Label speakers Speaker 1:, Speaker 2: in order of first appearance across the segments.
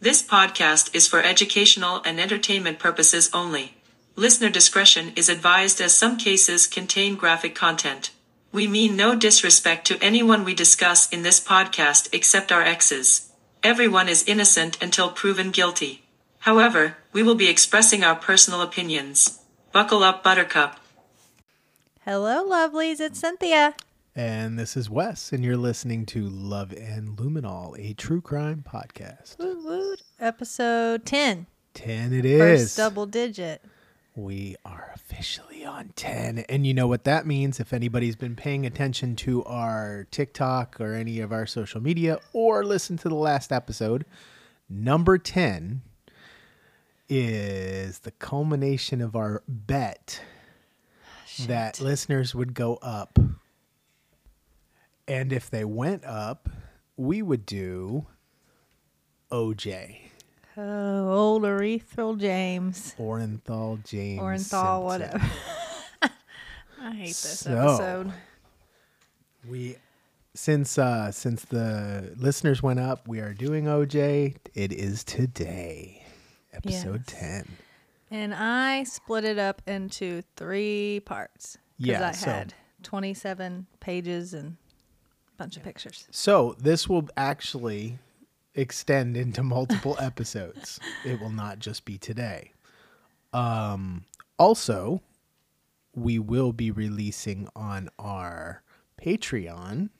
Speaker 1: This podcast is for educational and entertainment purposes only. Listener discretion is advised as some cases contain graphic content. We mean no disrespect to anyone we discuss in this podcast except our exes. Everyone is innocent until proven guilty. However, we will be expressing our personal opinions. Buckle up, Buttercup.
Speaker 2: Hello, lovelies. It's Cynthia.
Speaker 3: And this is Wes, and you're listening to Love and Luminol, a true crime podcast.
Speaker 2: Woot woot. Episode 10.
Speaker 3: 10 it is.
Speaker 2: First double digit.
Speaker 3: We are officially on 10. And you know what that means if anybody's been paying attention to our TikTok or any of our social media or listened to the last episode. Number 10 is the culmination of our bet that listeners would go up. And if they went up, we would do OJ.
Speaker 2: Oh, old Arethral James.
Speaker 3: Orenthal James.
Speaker 2: Orenthal,
Speaker 3: Simpson.
Speaker 2: whatever. I hate this
Speaker 3: So-
Speaker 2: episode.
Speaker 3: We since uh since the listeners went up, we are doing OJ. It is today. Episode
Speaker 2: Yes.
Speaker 3: 10.
Speaker 2: And I split it up into three parts. 'cause
Speaker 3: Yeah,
Speaker 2: I
Speaker 3: so-
Speaker 2: had 27 pages and a bunch of pictures.
Speaker 3: So, this will actually extend into multiple episodes. It will not just be today. Um also, we will be releasing on our Patreon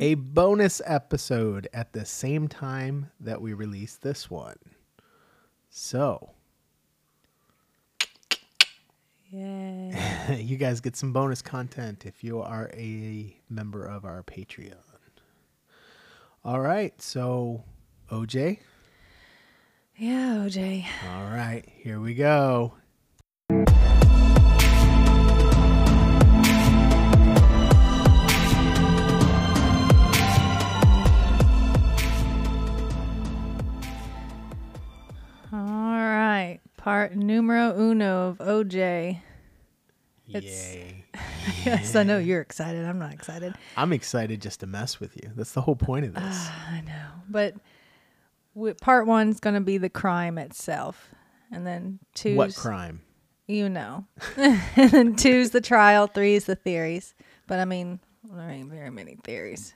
Speaker 3: a bonus episode at the same time that we release this one. So,
Speaker 2: Yeah.
Speaker 3: you guys get some bonus content if you are a member of our Patreon. All right, so OJ.
Speaker 2: yeah, OJ.
Speaker 3: All right, here we go.
Speaker 2: All right. Part numero uno of OJ. It's-
Speaker 3: Yay.
Speaker 2: yes, I know you're excited. I'm not excited.
Speaker 3: I'm excited just to mess with you. That's the whole point of this.
Speaker 2: I know. But w- part one's going to be the crime itself. And then two's,
Speaker 3: what crime?
Speaker 2: you know. and then two's the trial, three's the theories. But I mean, there ain't very many theories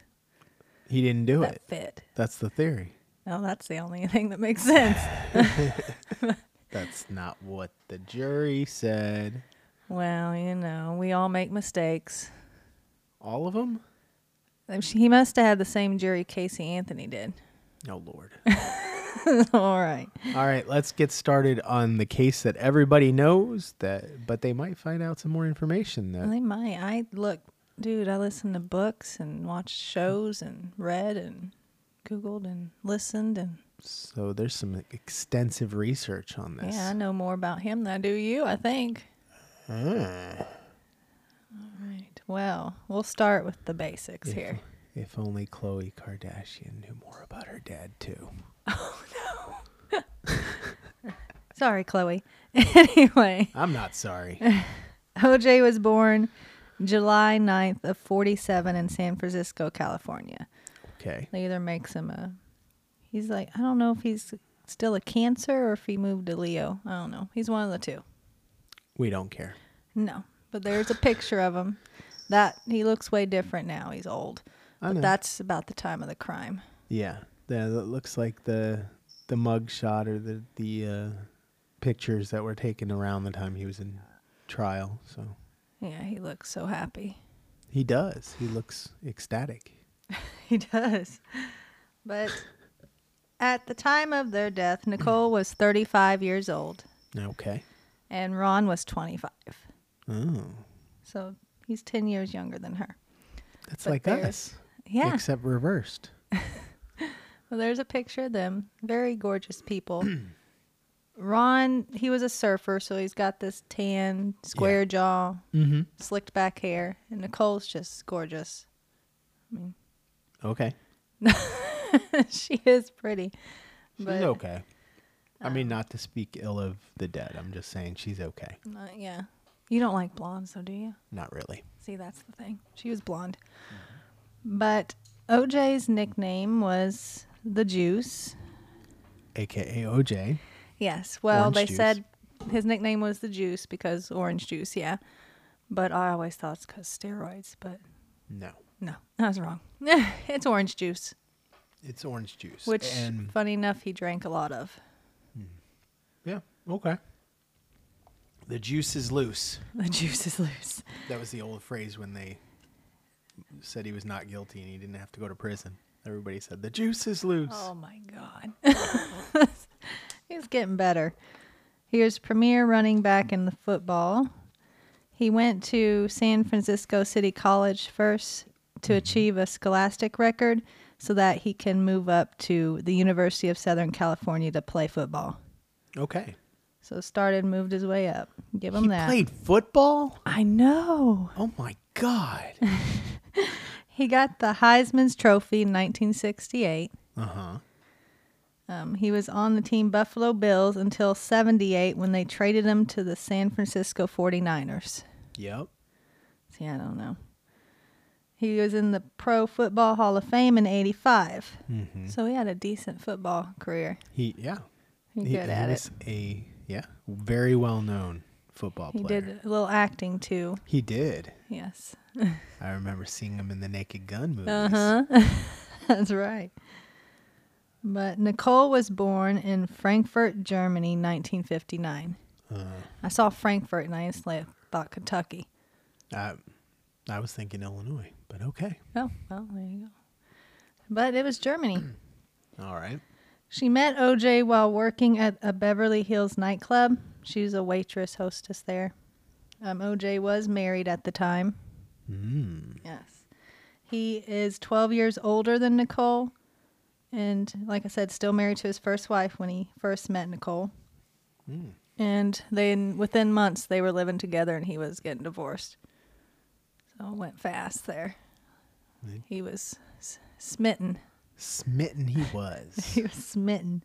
Speaker 3: He didn't do
Speaker 2: that
Speaker 3: it.
Speaker 2: fit.
Speaker 3: That's the theory.
Speaker 2: No, that's the only thing that makes sense.
Speaker 3: That's not what the jury said.
Speaker 2: well, you know, we all make mistakes.
Speaker 3: All of them?
Speaker 2: Um, she- He must have had the same jury Casey Anthony did.
Speaker 3: Oh, Lord.
Speaker 2: all right.
Speaker 3: All right, let's get started on the case that everybody knows that, but they might find out some more information that
Speaker 2: They might. I look, dude. I listened to books and watched shows and read and googled and listened and
Speaker 3: So there's some extensive research on this.
Speaker 2: yeah, I know more about him than I do you. I think.
Speaker 3: Ah.
Speaker 2: All right. Well, we'll start with the basics
Speaker 3: if,
Speaker 2: here.
Speaker 3: If only Khloe Kardashian knew more about her dad too.
Speaker 2: Sorry, Chloe. anyway,
Speaker 3: I'm not sorry.
Speaker 2: OJ was born July 9th of 47 in San Francisco, California.
Speaker 3: Okay.
Speaker 2: They either makes him a he's like I don't know if he's still a cancer or if he moved to Leo. I don't know. He's one of the two.
Speaker 3: We don't care.
Speaker 2: No. But there's a picture of him. That he looks way different now. He's old.
Speaker 3: I
Speaker 2: But
Speaker 3: know.
Speaker 2: that's about the time of the crime.
Speaker 3: Yeah. The, that looks like the the mug shot or the the uh, pictures that were taken around the time he was in trial. So
Speaker 2: Yeah, he looks so happy.
Speaker 3: he does. He looks ecstatic.
Speaker 2: He does. But at the time of their death, Nicole was 35 years old
Speaker 3: Okay.
Speaker 2: and Ron was 25.
Speaker 3: Oh,
Speaker 2: So he's 10 years younger than her.
Speaker 3: that's
Speaker 2: But
Speaker 3: like
Speaker 2: there's-
Speaker 3: us,
Speaker 2: Yeah.
Speaker 3: except reversed.
Speaker 2: Well, there's a picture of them. Very gorgeous people. Ron, he was a surfer, so he's got this tan, square jaw,
Speaker 3: Mm-hmm.
Speaker 2: slicked back hair. And Nicole's just gorgeous.
Speaker 3: Okay.
Speaker 2: she is pretty.
Speaker 3: She's
Speaker 2: But, um,
Speaker 3: okay. I mean, not to speak ill of the dead. I'm just saying she's okay.
Speaker 2: uh, yeah. You don't like blondes, though, do you?
Speaker 3: Not really.
Speaker 2: See, that's the thing. She was blonde. Mm-hmm. But OJ's nickname was the Juice.
Speaker 3: aka OJ.
Speaker 2: Yes. Well,
Speaker 3: Orange
Speaker 2: they
Speaker 3: juice.
Speaker 2: said his nickname was the juice because orange juice, yeah. But I always thought it's because steroids, but
Speaker 3: No,
Speaker 2: no, I was wrong. it's orange juice,
Speaker 3: it's orange juice.
Speaker 2: which,
Speaker 3: and
Speaker 2: funny enough, he drank a lot of.
Speaker 3: yeah, okay. The juice is loose.
Speaker 2: The juice is loose.
Speaker 3: That was the old phrase when they said he was not guilty and he didn't have to go to prison. Everybody said the juice is loose.
Speaker 2: Oh my God. He's getting better. Here's premier running back in the football. He went to San Francisco City College first to achieve a scholastic record so that he can move up to the University of Southern California to play football.
Speaker 3: Okay.
Speaker 2: So started, moved his way up. Give him
Speaker 3: he
Speaker 2: that.
Speaker 3: played football?
Speaker 2: I know.
Speaker 3: Oh my god.
Speaker 2: He got the Heisman's Trophy in 1968.
Speaker 3: uh-huh.
Speaker 2: Um, he was on the team Buffalo Bills until 78 when they traded him to the San Francisco 49ers.
Speaker 3: Yep.
Speaker 2: See, I don't know. He was in the Pro Football Hall of Fame in 85. So he had a decent football career.
Speaker 3: He yeah.
Speaker 2: He
Speaker 3: he,
Speaker 2: good
Speaker 3: he
Speaker 2: at
Speaker 3: was
Speaker 2: it.
Speaker 3: a yeah, very well-known football
Speaker 2: He
Speaker 3: player.
Speaker 2: did a little acting too.
Speaker 3: He did.
Speaker 2: Yes.
Speaker 3: I remember seeing him in the Naked Gun movies.
Speaker 2: Uh-huh. That's right. But Nicole was born in Frankfurt, Germany, 1959. I saw Frankfurt and I instantly thought Kentucky.
Speaker 3: I, I was thinking Illinois, but okay.
Speaker 2: Oh, well, there you go. But it was Germany.
Speaker 3: All right.
Speaker 2: she met OJ while working at a Beverly Hills nightclub. She was a waitress hostess there. Um, OJ was married at the time.
Speaker 3: Hmm.
Speaker 2: Mm. Yes. He is 12 years older than Nicole. And like I said, still married to his first wife when he first met Nicole. And then within months, they were living together and he was getting divorced. So it went fast there.
Speaker 3: Mm.
Speaker 2: He was s- smitten.
Speaker 3: Smitten he was.
Speaker 2: He was smitten.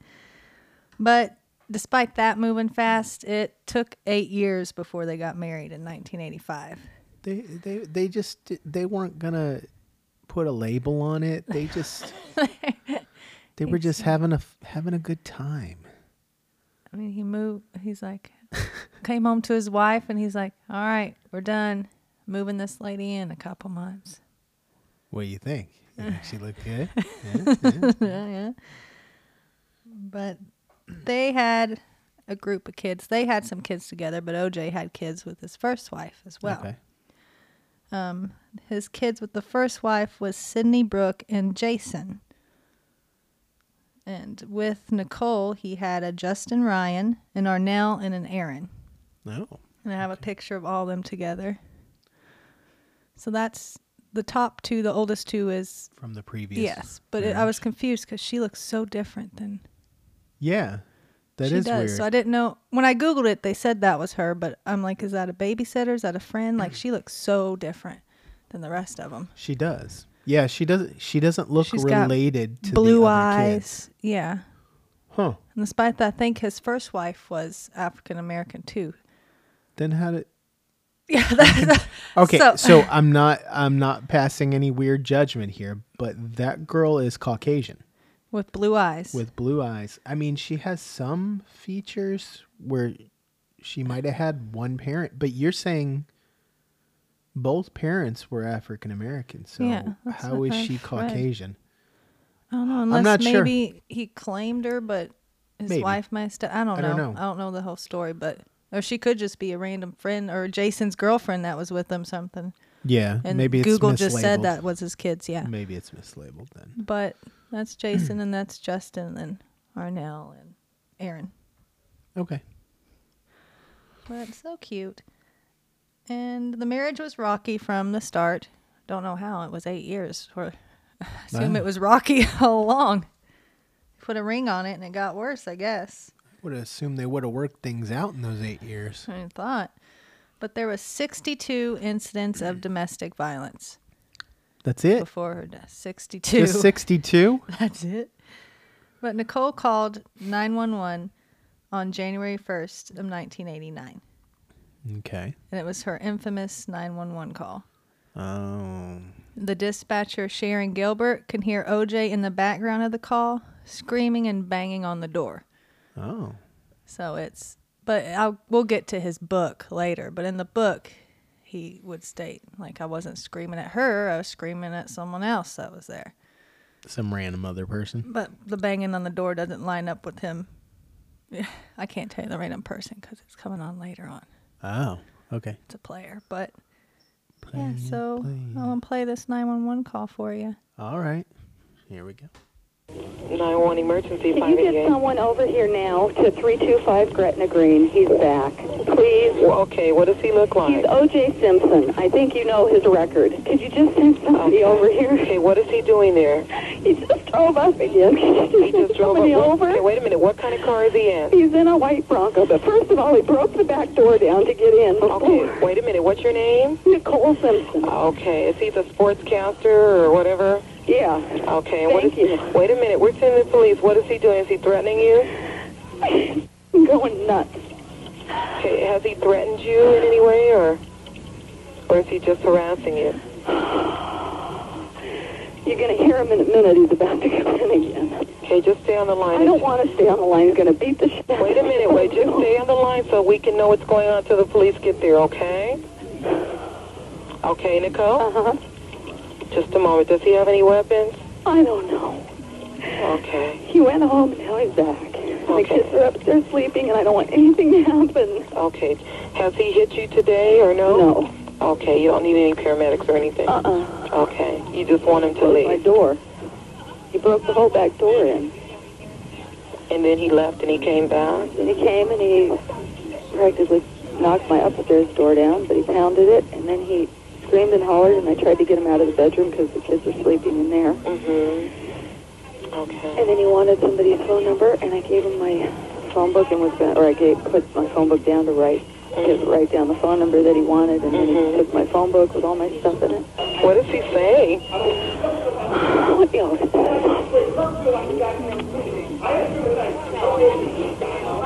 Speaker 2: But despite that moving fast, it took eight years before they got married in 1985.
Speaker 3: they they they just di- they weren't gonna put a label on it. They just they were just having a f- having a good time.
Speaker 2: I mean, he moved, he's like, came home to his wife and he's like, all right, we're done. Moving this lady in a couple months.
Speaker 3: What do you think? You think she looked good?
Speaker 2: yeah, yeah. But they had a group of kids. They had some kids together, but OJ had kids with his first wife as well.
Speaker 3: Okay.
Speaker 2: His kids with the first wife was Sydney Brooke and Jason. And with Nicole, he had a Justin Ryan, an Arnell, and an Aaron.
Speaker 3: No.
Speaker 2: And I have a picture of all them together. So that's the top two. The oldest two is
Speaker 3: From the previous.
Speaker 2: yes, but it, I was confused because she looks so different than
Speaker 3: Yeah. that is
Speaker 2: she does.
Speaker 3: weird.
Speaker 2: So I didn't know when I googled it. They said that was her, but I'm like, is that a babysitter? Is that a friend?
Speaker 3: Mm.
Speaker 2: Like she looks so different than the rest of them.
Speaker 3: she does. Yeah, she doesn't she doesn't look
Speaker 2: She's got
Speaker 3: related to
Speaker 2: Blue
Speaker 3: the other
Speaker 2: eyes,
Speaker 3: kids.
Speaker 2: yeah.
Speaker 3: Huh.
Speaker 2: And despite that, I think his first wife was African American too.
Speaker 3: Then how did
Speaker 2: Yeah, that's
Speaker 3: Okay,
Speaker 2: So-
Speaker 3: so, I'm not I'm not passing any weird judgment here, but that girl is Caucasian
Speaker 2: with blue eyes.
Speaker 3: with blue eyes. I mean, she has some features where she might have had one parent, but you're saying both parents were African American. So
Speaker 2: Yeah, that's
Speaker 3: how
Speaker 2: what
Speaker 3: is she
Speaker 2: I've read.
Speaker 3: Caucasian?
Speaker 2: I don't know, unless
Speaker 3: not sure.
Speaker 2: maybe he claimed her, but his
Speaker 3: Maybe.
Speaker 2: wife might have. I don't know.
Speaker 3: I don't know.
Speaker 2: I don't know the whole story, but or she could just be a random friend or Jason's girlfriend that was with him something.
Speaker 3: Yeah,
Speaker 2: And
Speaker 3: maybe it's
Speaker 2: Google
Speaker 3: mislabeled.
Speaker 2: just said that was his kids. Yeah,
Speaker 3: Maybe it's mislabeled then.
Speaker 2: but that's Jason and that's Justin and Arnell and Aaron.
Speaker 3: Okay.
Speaker 2: But so cute. And the marriage was rocky from the start. Don't know how it was eight years. Or I assume
Speaker 3: Wow.
Speaker 2: it was rocky all along. Put a ring on it, and it got worse. I guess.
Speaker 3: Would assume they would have worked things out in those eight years.
Speaker 2: I thought. But there was 62 incidents of domestic violence
Speaker 3: That's it.
Speaker 2: before her death. 62.
Speaker 3: Just sixty-two.
Speaker 2: That's it. But Nicole called 911 on January 1st of 1989,
Speaker 3: Okay.
Speaker 2: and it was her infamous 911 call.
Speaker 3: Oh.
Speaker 2: The dispatcher, Sharon Gilbert, can hear OJ in the background of the call, screaming and banging on the door.
Speaker 3: Oh.
Speaker 2: So it's, but I'll, we'll get to his book later. But in the book, he would state, like, I wasn't screaming at her, I was screaming at someone else that was there.
Speaker 3: Some random other person.
Speaker 2: But the banging on the door doesn't line up with him. Yeah, I can't tell you the random person because it's coming on later on.
Speaker 3: Oh. Okay.
Speaker 2: It's a player, but yeah. So i will play this 911 call for you.
Speaker 3: All right. Here we go.
Speaker 4: 911 emergency
Speaker 5: Can you get
Speaker 4: 588.
Speaker 5: someone over here now to 325 Gretna Green? He's back. Please.
Speaker 4: Well, okay, what does he look
Speaker 5: He's
Speaker 4: like?
Speaker 5: O.J. Simpson. I think you know his record. Could you just send somebody over here?
Speaker 4: Okay, what is he doing there?
Speaker 5: He just drove up again.
Speaker 4: He just drove up.
Speaker 5: somebody
Speaker 4: What,
Speaker 5: over.
Speaker 4: okay, wait a minute, what kind of car is he in?
Speaker 5: He's in a white Bronco, but first of all, he broke the back door down to get in before.
Speaker 4: Okay, wait Uh, a minute, what's your name?
Speaker 5: Nicole Simpson.
Speaker 4: Okay, is he the sportscaster or whatever?
Speaker 5: Yeah.
Speaker 4: Okay, what
Speaker 5: Thank
Speaker 4: is,
Speaker 5: you.
Speaker 4: wait a minute, we're sending the police. What is he doing? Is he threatening you?
Speaker 5: I'm going nuts.
Speaker 4: Okay, has he threatened you in any way or, or is he just harassing you?
Speaker 5: You're going to hear him in a minute. He's about to come in again.
Speaker 4: Okay, just stay on the line.
Speaker 5: I don't want to stay on the line. He's going to beat the shit out of
Speaker 4: Wait a
Speaker 5: me.
Speaker 4: minute, wait, just stay on the line so we can know what's going on till the police get there, okay? Okay, Nicole?
Speaker 5: Uh-huh.
Speaker 4: Just a moment. Does he have any weapons?
Speaker 5: I don't know.
Speaker 4: Okay.
Speaker 5: He went home and now he's back. My
Speaker 4: Okay.
Speaker 5: kids are upstairs sleeping and I don't want anything to happen.
Speaker 4: Okay. Has he hit you today or no?
Speaker 5: No.
Speaker 4: Okay, you don't need any paramedics or anything.
Speaker 5: Uh-uh.
Speaker 4: Oh. Okay. You just want him to
Speaker 5: Closed my
Speaker 4: leave.
Speaker 5: door. He broke the whole back door in.
Speaker 4: And then he left and he came back.
Speaker 5: And he came and he practically knocked my upstairs door down, but he pounded it and then he screamed and hollered and I tried to get him out of the bedroom because the kids were sleeping in there.
Speaker 4: Mm-hmm. Okay.
Speaker 5: And then he wanted somebody's phone number and I gave him my phone book and was going or I gave put my phone book down to write to
Speaker 4: Mm-hmm.
Speaker 5: write down the phone number that he wanted and then
Speaker 4: Mhm.
Speaker 5: he took my phone book with all my stuff in it.
Speaker 4: What does he say?
Speaker 5: What else?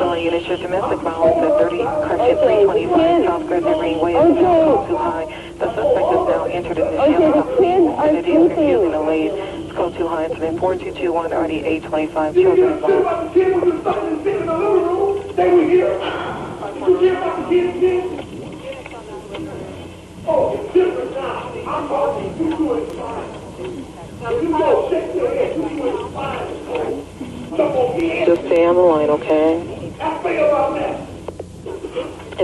Speaker 4: Well, unit your domestic violence at 30 Crescent 325 South Crescent Greenway is now too high. The suspect has now entered in the shelter. Identity is refusing to leave. It's code too high. Incident 4221 already 825 children involved. Just stay on the line, okay?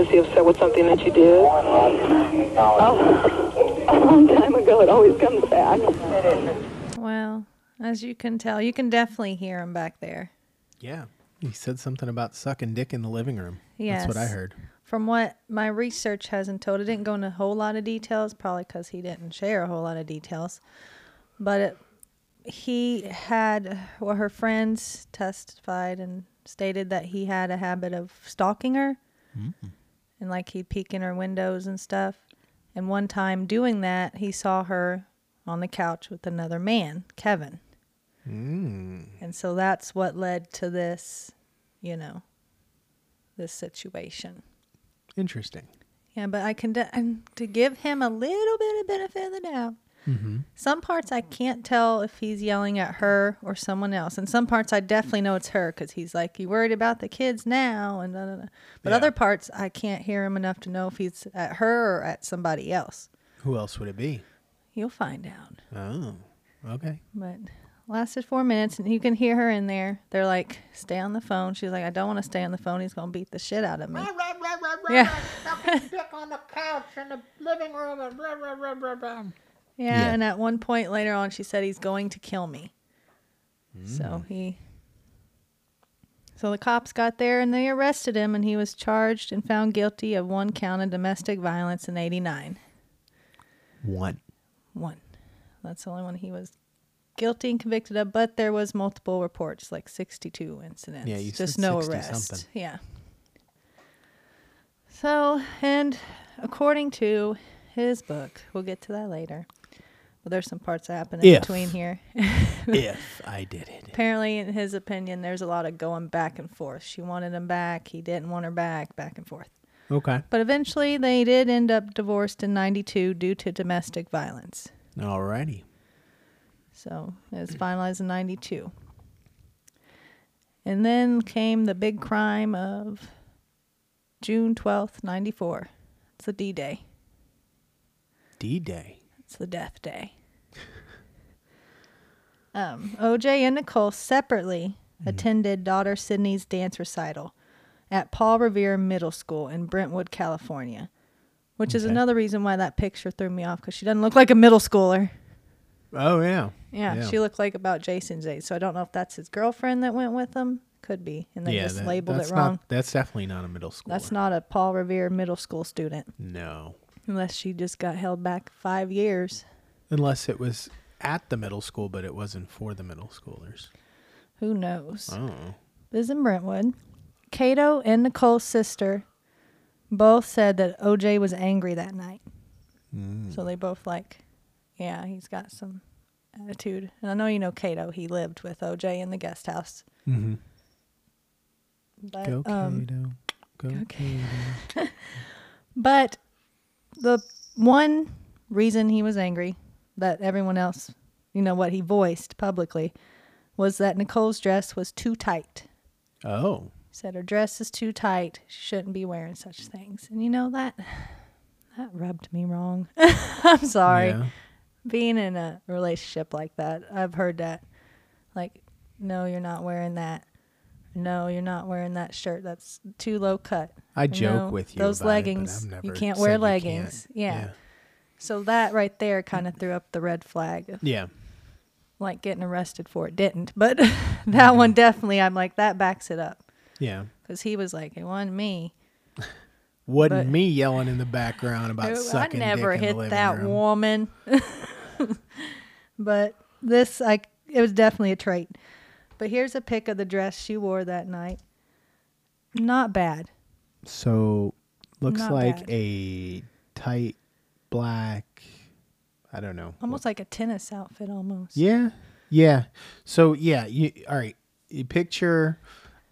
Speaker 4: Is he upset with something that you did?
Speaker 5: A long time ago, it always comes back.
Speaker 2: Well, as you can tell, you can definitely hear him back there.
Speaker 3: Yeah. He said something about sucking dick in the living room. That's what I
Speaker 2: Yes.
Speaker 3: heard.
Speaker 2: From what my research has entailed, it didn't go into a whole lot of details, probably because he didn't share a whole lot of details. But it, he had, well, her friends testified and stated that he had a habit of stalking her and like he'd peek in her windows and stuff. And one time doing that, he saw her on the couch with another man, Kevin. Mm. And so that's what led to this, you know, this situation.
Speaker 3: Interesting.
Speaker 2: Yeah, but I can de- and to give him a little bit of benefit of the doubt. Some parts I can't tell if he's yelling at her or someone else, and some parts I definitely know it's her because he's like, "You worried about the kids now?" and da, da, da. but
Speaker 3: Yeah.
Speaker 2: other parts I can't hear him enough to know if he's at her or at somebody else.
Speaker 3: Who else would it be?
Speaker 2: You'll find out.
Speaker 3: Oh. Okay.
Speaker 2: But lasted four minutes, and you can hear her in there. They're like, "Stay on the phone." She's like, "I don't want to stay on the phone. He's gonna beat the shit out of me."
Speaker 6: Right, right, right, right.
Speaker 2: Yeah.
Speaker 6: Sucking dick on the couch in the living room and blah, blah, blah, blah, blah.
Speaker 2: Yeah,
Speaker 3: Yeah.
Speaker 2: and at one point later on, she said he's going to kill me. So he. So the cops got there and they arrested him, and he was charged and found guilty of one count of domestic violence in '89.
Speaker 3: One.
Speaker 2: One. That's the only one he was guilty and convicted of, but there was multiple reports, like 62 incidents.
Speaker 3: Yeah, you
Speaker 2: just
Speaker 3: said
Speaker 2: no
Speaker 3: 60
Speaker 2: arrest.
Speaker 3: something.
Speaker 2: Yeah. So, and according to his book, we'll get to that later. Well, there's some parts that happen in
Speaker 3: If.
Speaker 2: between here.
Speaker 3: if I did it.
Speaker 2: Apparently, in his opinion, there's a lot of going back and forth. She wanted him back. He didn't want her back. Back and forth.
Speaker 3: Okay.
Speaker 2: But eventually, they did end up divorced in 92 due to domestic violence.
Speaker 3: Alrighty.
Speaker 2: So it was finalized in 92. And then came the big crime of June 12th, 94. It's the D Day,
Speaker 3: D Day.
Speaker 2: it's the death day. um, OJ and Nicole separately attended daughter Sydney's dance recital at Paul Revere Middle School in Brentwood, California, which is
Speaker 3: Okay.
Speaker 2: another reason why that picture threw me off because she doesn't look like a middle schooler.
Speaker 3: Oh yeah.
Speaker 2: Yeah,
Speaker 3: Yeah.
Speaker 2: she looked like about Jason's age. So I don't know if that's his girlfriend that went with him. Could be. And they just
Speaker 3: that-
Speaker 2: labeled
Speaker 3: that's
Speaker 2: it wrong.
Speaker 3: Not, that's definitely not a middle school.
Speaker 2: that's not a Paul Revere middle school student
Speaker 3: No.
Speaker 2: unless she just got held back five years.
Speaker 3: Unless it was at the middle school, but it wasn't for the middle schoolers.
Speaker 2: Who knows?
Speaker 3: Oh.
Speaker 2: This is in Brentwood. Cato and Nicole's sister both said that OJ was angry that night.
Speaker 3: Mm-hmm. Hmm.
Speaker 2: So they both like, yeah, he's got some attitude. And I know you know Cato. He lived with OJ in the guest house.
Speaker 3: Mm-hmm.
Speaker 2: But,
Speaker 3: Go
Speaker 2: um,
Speaker 3: Kato. Go
Speaker 2: okay.
Speaker 3: Kato.
Speaker 2: But the one reason he was angry that everyone else, you know, what he voiced publicly was that Nicole's dress was too tight.
Speaker 3: Oh.
Speaker 2: He said her dress is too tight. She shouldn't be wearing such things. And you know that that rubbed me wrong. I'm sorry.
Speaker 3: Yeah.
Speaker 2: Being in a relationship like that, I've heard that like no, you're not wearing that. No, you're not wearing that shirt. That's too low cut.
Speaker 3: I joke
Speaker 2: know,
Speaker 3: with you.
Speaker 2: those
Speaker 3: about it, but
Speaker 2: leggings,
Speaker 3: I've
Speaker 2: you
Speaker 3: never
Speaker 2: can't
Speaker 3: said
Speaker 2: wear
Speaker 3: you
Speaker 2: leggings. Yeah. So that right there kind of threw up the red flag of
Speaker 3: Yeah.
Speaker 2: like getting arrested for it. Didn't, but
Speaker 3: Mm-hmm.
Speaker 2: that one definitely, I'm like, that backs it up
Speaker 3: Yeah.
Speaker 2: because he was like, it wasn't me.
Speaker 3: Wasn't
Speaker 2: But-
Speaker 3: me yelling in the background about
Speaker 2: I- I
Speaker 3: sucking
Speaker 2: never
Speaker 3: dick in the
Speaker 2: hit
Speaker 3: living
Speaker 2: that
Speaker 3: room.
Speaker 2: woman. but this, I, it was definitely a trait. But here's a pic of the dress she wore that night. Not bad.
Speaker 3: So looks
Speaker 2: Not
Speaker 3: like
Speaker 2: bad.
Speaker 3: a tight black. I don't know.
Speaker 2: Almost like a tennis outfit, almost.
Speaker 3: Yeah. Yeah. So yeah, you all right. You picture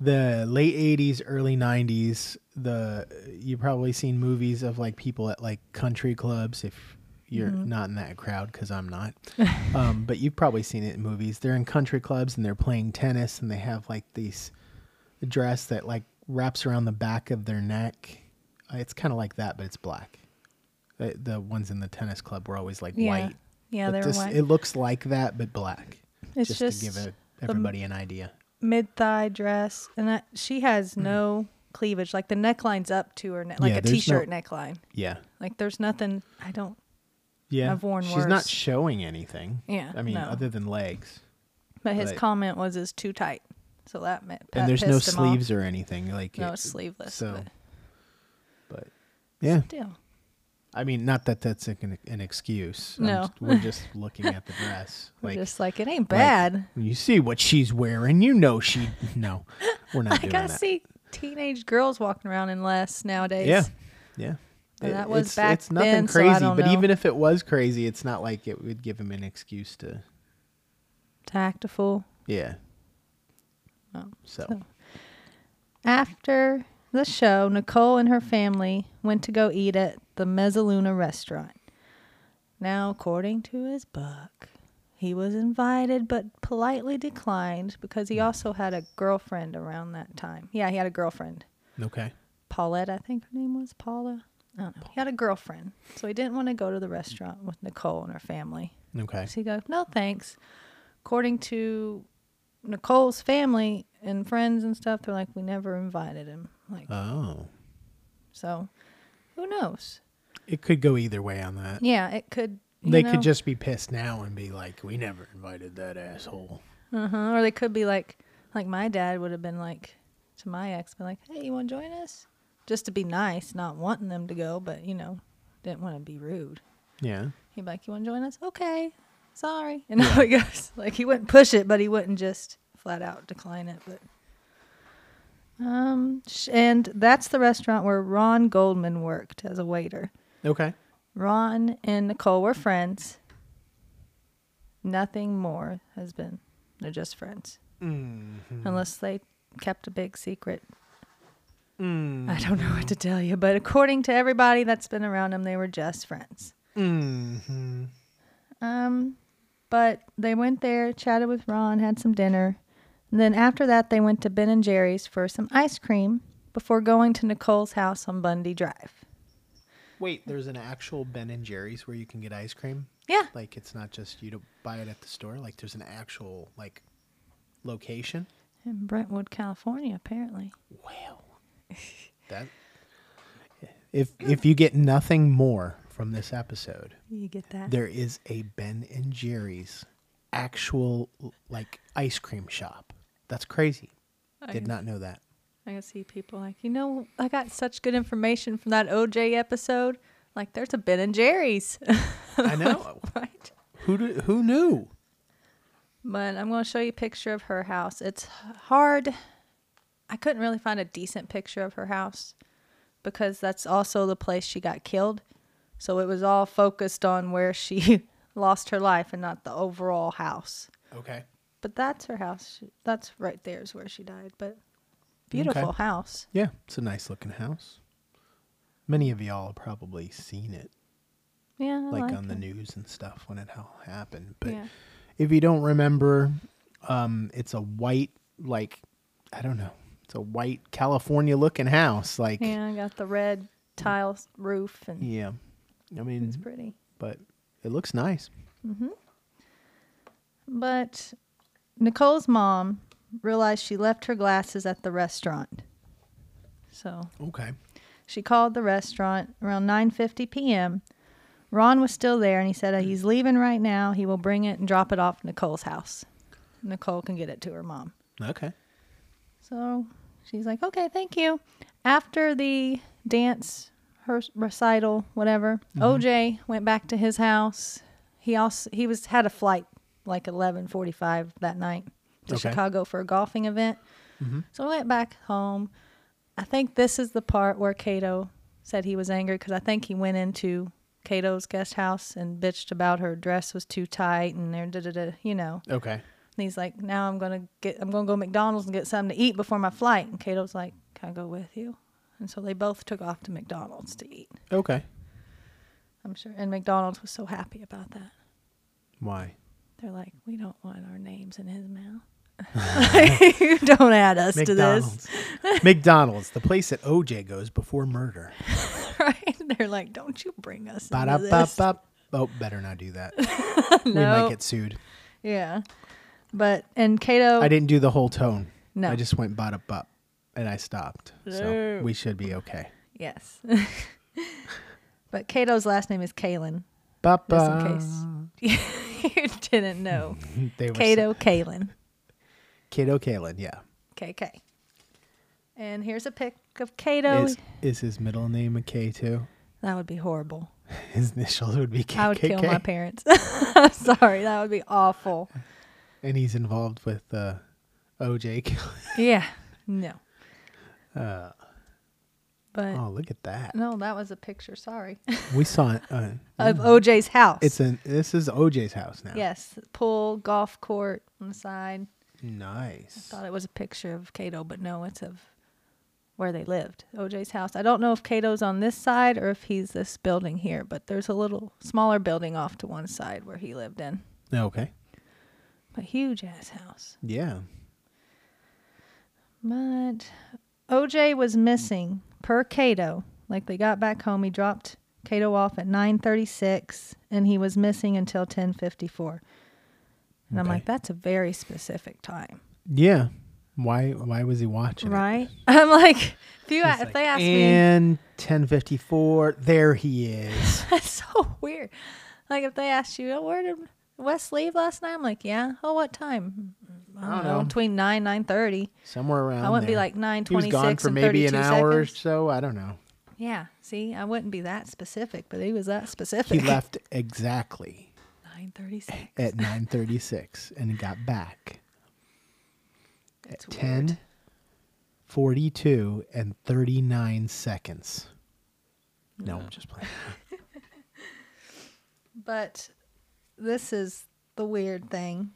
Speaker 3: the late 80s, early 90s, the you probably seen movies of like people at like country clubs if you're
Speaker 2: Mm-hmm.
Speaker 3: not in that crowd cuz I'm not. um but you've probably seen it in movies. They're in country clubs and they're playing tennis and they have like these dress that like wraps around the back of their neck. Uh, It's kind of like that, but it's black. The, the ones in the tennis club were always like
Speaker 2: Yeah.
Speaker 3: white.
Speaker 2: Yeah,
Speaker 3: But
Speaker 2: they were
Speaker 3: this-
Speaker 2: white.
Speaker 3: It looks like that, but black.
Speaker 2: It's
Speaker 3: just,
Speaker 2: just
Speaker 3: to give it,
Speaker 2: the-
Speaker 3: everybody an idea.
Speaker 2: mid thigh dress, and that, she has no cleavage. Like the neckline's up to her, ne- like
Speaker 3: Hmm. Yeah,
Speaker 2: a
Speaker 3: there's
Speaker 2: t shirt
Speaker 3: no-
Speaker 2: neckline.
Speaker 3: Yeah.
Speaker 2: Like there's nothing. I don't.
Speaker 3: Yeah.
Speaker 2: I've worn
Speaker 3: She's not
Speaker 2: worse.
Speaker 3: showing anything.
Speaker 2: Yeah,
Speaker 3: I mean,
Speaker 2: no.
Speaker 3: other than legs.
Speaker 2: But his
Speaker 3: Right.
Speaker 2: comment was is too tight, so that meant. That
Speaker 3: and there's no
Speaker 2: pissed him off.
Speaker 3: sleeves or anything. Like
Speaker 2: No,
Speaker 3: it-
Speaker 2: it's sleeveless.
Speaker 3: So,
Speaker 2: but
Speaker 3: but yeah,
Speaker 2: still,
Speaker 3: I mean, not that that's an, an excuse. I'm
Speaker 2: No.
Speaker 3: just- we're just looking at the dress.
Speaker 2: we're
Speaker 3: Like,
Speaker 2: just like it ain't
Speaker 3: like,
Speaker 2: bad.
Speaker 3: you see what she's wearing. You know she. No, we're not
Speaker 2: like
Speaker 3: doing
Speaker 2: I
Speaker 3: that.
Speaker 2: see teenage girls walking around in less nowadays.
Speaker 3: Yeah, yeah.
Speaker 2: And
Speaker 3: It-
Speaker 2: that was
Speaker 3: it's,
Speaker 2: back
Speaker 3: It's nothing
Speaker 2: then, so I
Speaker 3: crazy,
Speaker 2: don't
Speaker 3: but
Speaker 2: know.
Speaker 3: even if it was crazy, it's not like it would give him an excuse to.
Speaker 2: tactful.
Speaker 3: Yeah.
Speaker 2: Oh,
Speaker 3: so,
Speaker 2: so- After the show, Nicole and her family went to go eat at the Mezzaluna restaurant. Now, according to his book, he was invited but politely declined because he also had a girlfriend around that time. Yeah, he had a girlfriend.
Speaker 3: okay.
Speaker 2: Paulette, I think her name was Paula. I don't know. He had a girlfriend, so he didn't want to go to the restaurant with Nicole and her family.
Speaker 3: Okay.
Speaker 2: So he goes, No thanks. According to Nicole's family and friends and stuff, they're like, We never invited him. Like
Speaker 3: Oh.
Speaker 2: so who knows?
Speaker 3: It could go either way on that.
Speaker 2: Yeah, it could you
Speaker 3: They
Speaker 2: know,
Speaker 3: could just be pissed now and be like, we never invited that asshole.
Speaker 2: uh-huh, or they could be like like my dad would have been like to my ex, been like, Hey, you wanna join us? Just to be nice, not wanting them to go, but you know, didn't want to be rude.
Speaker 3: Yeah.
Speaker 2: He'd be like, You wanna join us? Okay. Sorry. And now he goes. Like he wouldn't push it, but he wouldn't just flat out decline it, but um, sh- and that's the restaurant where Ron Goldman worked as a waiter.
Speaker 3: Okay.
Speaker 2: Ron and Nicole were friends. Nothing more has been. They're just friends. Unless they kept a big secret. I don't know what to tell you, but according to everybody that's been around them, they were just friends. Um, but they went there, chatted with Ron, had some dinner, And then after that, they went to Ben and Jerry's for some ice cream before going to Nicole's house on Bundy Drive.
Speaker 3: Wait, there's an actual Ben and Jerry's where you can get ice cream.
Speaker 2: Yeah.
Speaker 3: Like it's not just you don't buy it at the store. Like there's an actual like location.
Speaker 2: In Brentwood, California, apparently.
Speaker 3: Wow. that if if you get nothing more from this episode,
Speaker 2: You get that?
Speaker 3: there is a Ben and Jerry's actual like ice cream shop. That's crazy. Did not know that.
Speaker 2: I can see people like, you know, I got such good information from that OJ episode. Like, there's a Ben and Jerry's,
Speaker 3: I know.
Speaker 2: right?
Speaker 3: who do, who knew?
Speaker 2: But I'm going to show you a picture of her house. It's hard. I couldn't really find a decent picture of her house because that's also the place she got killed. So it was all focused on where she lost her life and not the overall house.
Speaker 3: Okay.
Speaker 2: But that's her house. She- That's right there is where she died. But beautiful house.
Speaker 3: Yeah, it's a nice looking house. Many of y'all have probably seen it
Speaker 2: Yeah. I
Speaker 3: like,
Speaker 2: like
Speaker 3: on the
Speaker 2: it.
Speaker 3: news and stuff when it all happened. But
Speaker 2: Yeah.
Speaker 3: if you don't remember, um, it's a white, like, I don't know, it's a white California looking house. Like, yeah.
Speaker 2: Yeah, I got the red tile s- roof and
Speaker 3: I mean,
Speaker 2: it's pretty.
Speaker 3: but it looks nice.
Speaker 2: But Nicole's mom realized she left her glasses at the restaurant. So
Speaker 3: Okay.
Speaker 2: she called the restaurant around 9:50 p.m. Ron was still there and he said uh, he's leaving right now. He will bring it and drop it off at Nicole's house. Nicole can get it to her mom.
Speaker 3: Okay.
Speaker 2: So she's like, okay, thank you. After the dance her recital, whatever, OJ went back to his house. He also he was had a flight like eleven forty five that night to
Speaker 3: Okay.
Speaker 2: Chicago for a golfing event. So I went back home. I think this is the part where Cato said he was angry because I think he went into Cato's guest house and bitched about her dress was too tight and there, da da da, you know.
Speaker 3: Okay.
Speaker 2: And he's like, now I'm gonna get, I'm gonna go to McDonald's and get something to eat before my flight. And Cato's like, can I go with you? And so they both took off to McDonald's to eat.
Speaker 3: Okay.
Speaker 2: I'm sure, and McDonald's was so happy about that.
Speaker 3: Why?
Speaker 2: They're like, we don't want our names in his mouth. you don't add us to
Speaker 3: McDonald's. McDonald's, the place that OJ goes before murder.
Speaker 2: this, right? They're like, don't you bring us into this.
Speaker 3: Ba-da-ba-ba. Oh, better not do that. We might
Speaker 2: No.
Speaker 3: get sued.
Speaker 2: Yeah, but and Cato,
Speaker 3: I didn't do the whole tone.
Speaker 2: Oh. No.
Speaker 3: I just went bottom up and I stopped. So
Speaker 2: No.
Speaker 3: we should be okay.
Speaker 2: yes. but Cato's last name is Kalen,
Speaker 3: Ba
Speaker 2: just in case you didn't know.
Speaker 3: They were
Speaker 2: Cato Kalen.
Speaker 3: Kato Kalen, yeah.
Speaker 2: KK. And here's a pic of Kato.
Speaker 3: Is, is his middle name a K too?
Speaker 2: that would be horrible.
Speaker 3: His initials would be KKK.
Speaker 2: I would kill my parents. I'm sorry. That would be awful.
Speaker 3: And he's involved with uh, OJ. killing-
Speaker 2: Yeah. No. but
Speaker 3: Uh, oh, look at that.
Speaker 2: no, that was a picture. Sorry.
Speaker 3: We saw it. Uh,
Speaker 2: of OJ's house.
Speaker 3: it's an. This is OJ's house now.
Speaker 2: yes. Pool, golf court on the side.
Speaker 3: Nice.
Speaker 2: Thought it was a picture of Cato, but no, it's of where they lived, OJ's house. I don't know if Cato's on this side or if he's this building here, but there's a little smaller building off to one side where he lived in.
Speaker 3: Okay.
Speaker 2: a huge ass house.
Speaker 3: Yeah.
Speaker 2: But OJ was missing per Cato. Like they got back home, he dropped Cato off at 9:36, and he was missing until 10:54. And I'm
Speaker 3: Okay.
Speaker 2: like, that's a very specific time,
Speaker 3: Yeah. Why? Why was he watching? it?
Speaker 2: right? I'm like, if you if
Speaker 3: Like,
Speaker 2: they ask me,
Speaker 3: and 1054, there he is.
Speaker 2: that's so weird. Like if they asked you, oh, where did Wes leave last night? I'm like, yeah. Oh, what time? I don't,
Speaker 3: don't
Speaker 2: know.
Speaker 3: know.
Speaker 2: Between nine nine thirty.
Speaker 3: Somewhere around.
Speaker 2: I wouldn't be
Speaker 3: there.
Speaker 2: like nine
Speaker 3: He was
Speaker 2: twenty
Speaker 3: gone
Speaker 2: six
Speaker 3: for
Speaker 2: and
Speaker 3: maybe
Speaker 2: thirty
Speaker 3: an
Speaker 2: two
Speaker 3: hour or
Speaker 2: seconds.
Speaker 3: so. I don't know.
Speaker 2: Yeah. See, I wouldn't be that specific, but he was that
Speaker 3: He
Speaker 2: specific.
Speaker 3: left exactly
Speaker 2: Nine thirty-six.
Speaker 3: at 9:36 and got back
Speaker 2: It's
Speaker 3: at 10:42 and 39 seconds. No, I'm just playing.
Speaker 2: But this is the weird thing,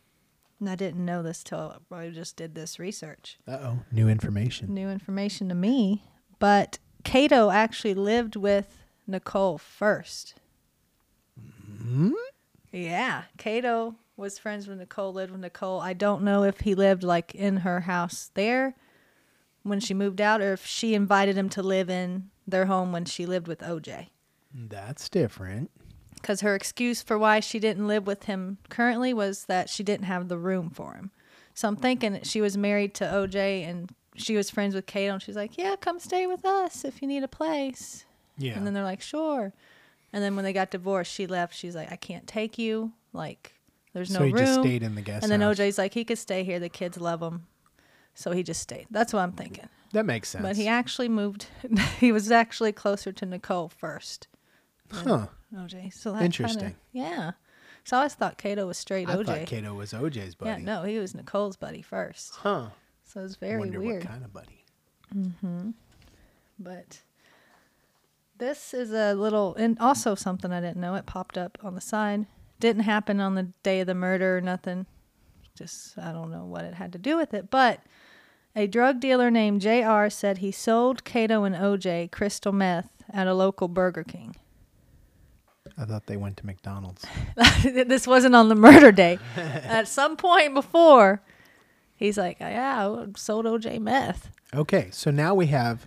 Speaker 2: and I didn't know this till I just did this research.
Speaker 3: Uh oh, new information.
Speaker 2: New information to me. But Cato actually lived with Nicole first. Yeah, Cato was friends with Nicole, lived with Nicole. I don't know if he lived like in her house there when she moved out or if she invited him to live in their home when she lived with OJ.
Speaker 3: That's different.
Speaker 2: Because her excuse for why she didn't live with him currently was that she didn't have the room for him. So I'm thinking that she was married to OJ and she was friends with Kato and she's like, Yeah, come stay with us if you need a place.
Speaker 3: Yeah.
Speaker 2: And then they're like, sure. And then when they got divorced, she left. She's like, I can't take you. Like, there's no
Speaker 3: so he
Speaker 2: room.
Speaker 3: just stayed in the guest
Speaker 2: and then
Speaker 3: house.
Speaker 2: OJ's like, he could stay here. The kids love him. So he just stayed. That's what I'm thinking.
Speaker 3: That makes sense.
Speaker 2: But he actually moved. he was actually closer to Nicole first.
Speaker 3: huh.
Speaker 2: OJ. Oh, So that kinda-
Speaker 3: Interesting.
Speaker 2: yeah. So I always thought Kato was straight
Speaker 3: I
Speaker 2: OJ.
Speaker 3: thought Kato was OJ's
Speaker 2: yeah,
Speaker 3: buddy.
Speaker 2: no, he was Nicole's buddy first.
Speaker 3: Huh.
Speaker 2: So it's very
Speaker 3: Wonder
Speaker 2: weird.
Speaker 3: what kind of buddy.
Speaker 2: But this is a little, and also something I didn't know. It popped up on the side. Didn't happen on the day of the murder or nothing. Just, I don't know what it had to do with it. But a drug dealer named JR said he sold Cato and OJ crystal meth at a local Burger King.
Speaker 3: I thought they went to McDonald's.
Speaker 2: this wasn't on the murder day. at some point before, he's like, "Oh, yeah, I sold OJ meth.
Speaker 3: Okay, so now we have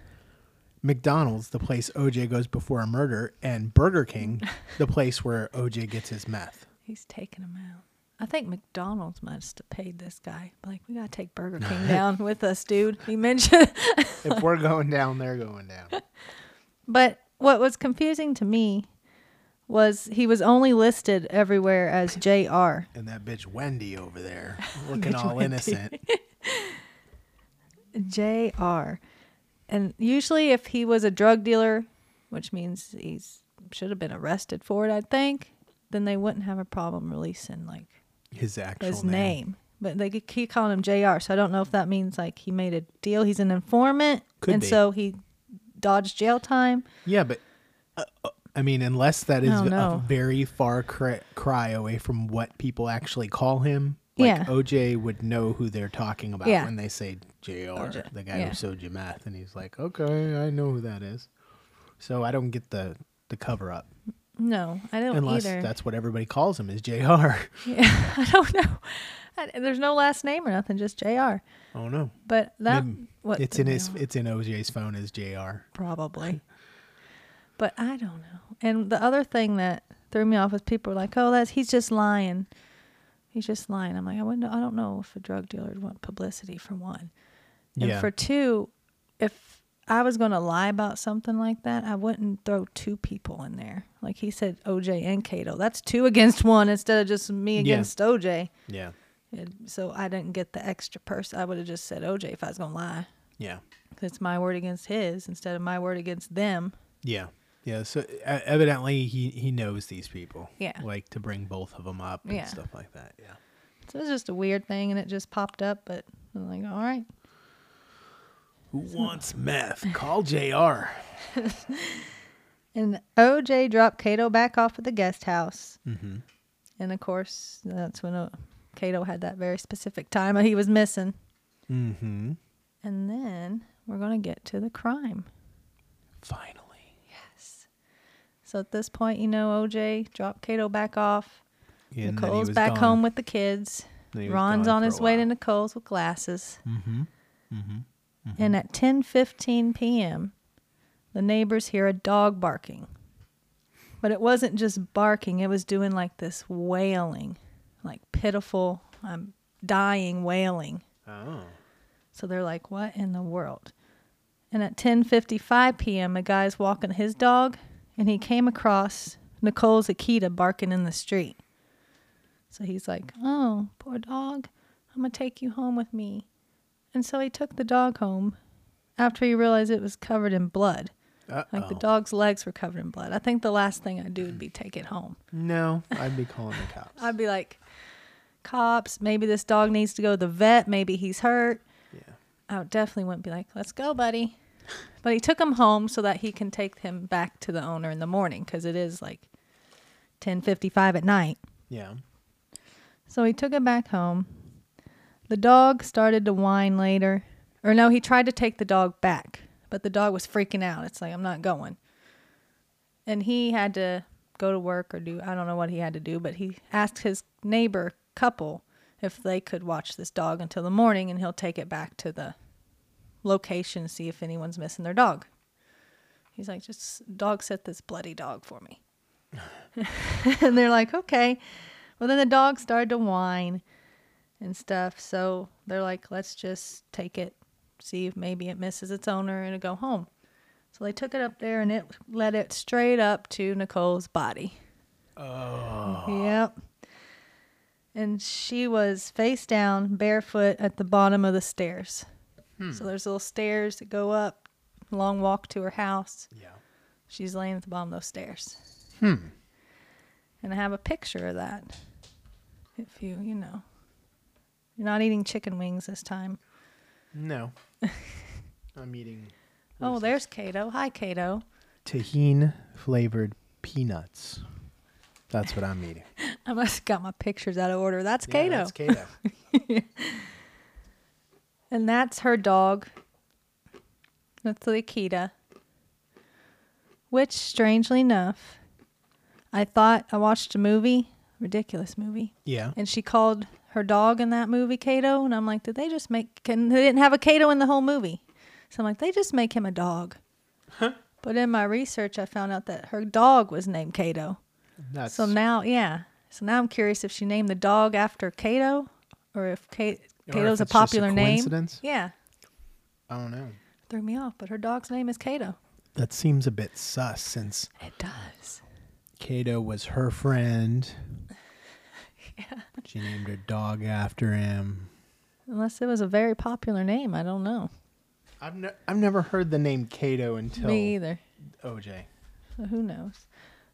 Speaker 3: McDonald's, the place OJ goes before a murder, and Burger King, the place where OJ gets his meth.
Speaker 2: He's taking him out. I think McDonald's must have paid this guy. Like, we gotta take Burger King down with us, dude. He mentioned.
Speaker 3: If we're going down, they're going down.
Speaker 2: but what was confusing to me was he was only listed everywhere as Jr.
Speaker 3: And that bitch Wendy over there, looking all innocent.
Speaker 2: Jr. And usually, if he was a drug dealer, which means he's should have been arrested for it, I think, then they wouldn't have a problem releasing like
Speaker 3: His actual
Speaker 2: his
Speaker 3: name.
Speaker 2: name. But they could keep calling him JR. So I don't know if that means like he made a deal. He's an informant.
Speaker 3: Could
Speaker 2: and
Speaker 3: be.
Speaker 2: so he dodged jail time.
Speaker 3: Yeah, but uh, uh, I mean, unless that is
Speaker 2: don't know.
Speaker 3: a very far cry, cry away from what people actually call him. Like
Speaker 2: Yeah.
Speaker 3: OJ would know who they're talking about
Speaker 2: Yeah.
Speaker 3: when they say JR, the guy
Speaker 2: yeah.
Speaker 3: who sold you meth, and he's like, "Okay, I know who that is." So I don't get the the cover up
Speaker 2: No, I don't
Speaker 3: unless
Speaker 2: either.
Speaker 3: that's what everybody calls him is JR.
Speaker 2: I don't know. I, there's no last name or nothing, just JR.
Speaker 3: oh no,
Speaker 2: But that
Speaker 3: Maybe
Speaker 2: what
Speaker 3: it's
Speaker 2: the
Speaker 3: in his
Speaker 2: hell?
Speaker 3: it's in OJ's phone as JR.
Speaker 2: probably. but I don't know. And the other thing that threw me off was people were like, "Oh, that's he's just lying. He's just lying." I'm like, I wouldn't. I don't know if a drug dealer would want publicity for one. And
Speaker 3: Yeah.
Speaker 2: for two, if I was going to lie about something like that, I wouldn't throw two people in there. Like he said, OJ and Cato. That's two against one instead of just me against OJ.
Speaker 3: Yeah,
Speaker 2: And so I didn't get the extra person. I would have just said OJ if I was going to lie.
Speaker 3: yeah.
Speaker 2: 'Cause It's my word against his instead of my word against them.
Speaker 3: Yeah. Yeah. So e- evidently he, he knows these people.
Speaker 2: Yeah.
Speaker 3: Like to bring both of them up and
Speaker 2: Yeah.
Speaker 3: stuff like that. Yeah.
Speaker 2: So it was just a weird thing and it just popped up. But I'm like, all right.
Speaker 3: Who wants meth? Call JR.
Speaker 2: And OJ dropped Cato back off at the guest house. Mm-hmm. And of course, that's when uh, Cato had that very specific time he was missing.
Speaker 3: Mm-hmm.
Speaker 2: And then we're going to get to the crime.
Speaker 3: Finally.
Speaker 2: So at this point, you know, OJ dropped Cato back off.
Speaker 3: Yeah, and then he
Speaker 2: Nicole's
Speaker 3: was
Speaker 2: back
Speaker 3: gone.
Speaker 2: home with the kids.
Speaker 3: Then he was
Speaker 2: Ron's
Speaker 3: gone
Speaker 2: on
Speaker 3: for a
Speaker 2: his way to
Speaker 3: while.
Speaker 2: Nicole's with glasses. Mm-hmm. Mm-hmm. And at 10:15 p.m., the neighbors hear a dog barking. But it wasn't just barking; it was doing like this wailing, like pitiful, I'm dying wailing.
Speaker 3: Oh.
Speaker 2: So they're like, "What in the world?" And at 10:55 p.m., a guy's walking his dog, and he came across Nicole's Akita barking in the street. So he's like, "Oh, poor dog. I'm going to take you home with me." And so he took the dog home after he realized it was covered in blood.
Speaker 3: Uh-oh.
Speaker 2: Like the dog's legs were covered in blood. I think the last thing I'd do would be take it home.
Speaker 3: No, I'd be calling the cops.
Speaker 2: I'd be like, "Cops, maybe this dog needs to go to the vet. Maybe he's hurt."
Speaker 3: yeah.
Speaker 2: I would definitely wouldn't be like, let's go, buddy. But he took him home so that he can take him back to the owner in the morning because it is like 10.55 at night.
Speaker 3: Yeah.
Speaker 2: So he took him back home. The dog started to whine later. Or no, he tried to take the dog back, but the dog was freaking out. It's like, I'm not going. And he had to go to work or do, I don't know what he had to do, but he asked his neighbor couple if they could watch this dog until the morning and he'll take it back to the location see if anyone's missing their dog. He's like, just dog set this bloody dog for me. and they're like, okay. Well, then the dog started to whine and stuff. So they're like, let's just take it, see if maybe it misses its owner and it'll go home. So they took it up there and it led it straight up to Nicole's body. Oh. Yep. And she was face down, barefoot at the bottom of the stairs. So there's little stairs that go up, long walk to her house.
Speaker 3: Yeah.
Speaker 2: She's laying at the bottom of those stairs. Hmm. And I have a picture of that. If you, you know, you're not eating chicken wings this time.
Speaker 3: No. I'm eating
Speaker 2: Oh, there's Kato. Hi, Kato.
Speaker 3: tahine flavored peanuts. That's what I'm eating.
Speaker 2: I must have got my pictures out of order. That's
Speaker 3: Yeah,
Speaker 2: Kato.
Speaker 3: that's Kato.
Speaker 2: and that's her dog. That's the Akita. Which, strangely enough, I thought I watched a movie, ridiculous movie,
Speaker 3: yeah.
Speaker 2: and she called her dog in that movie Kato, and I'm like, did they just make? Can they didn't have a Kato in the whole movie? So I'm like, they just make him a dog. But in my research, I found out that her dog was named Kato.
Speaker 3: That's
Speaker 2: So now, yeah. So now I'm curious if she named the dog after Cato, or if Kate,
Speaker 3: Or
Speaker 2: Cato's a
Speaker 3: if it's just a
Speaker 2: popular name.
Speaker 3: coincidence.
Speaker 2: Yeah,
Speaker 3: I don't know.
Speaker 2: threw me off. But her dog's name is Cato.
Speaker 3: That seems a bit sus since
Speaker 2: It does.
Speaker 3: Kato was her friend. Yeah. She named her dog after him.
Speaker 2: Unless it was a very popular name, I don't know.
Speaker 3: I've ne- I've never heard the name Kato until
Speaker 2: Me either.
Speaker 3: OJ.
Speaker 2: So who knows?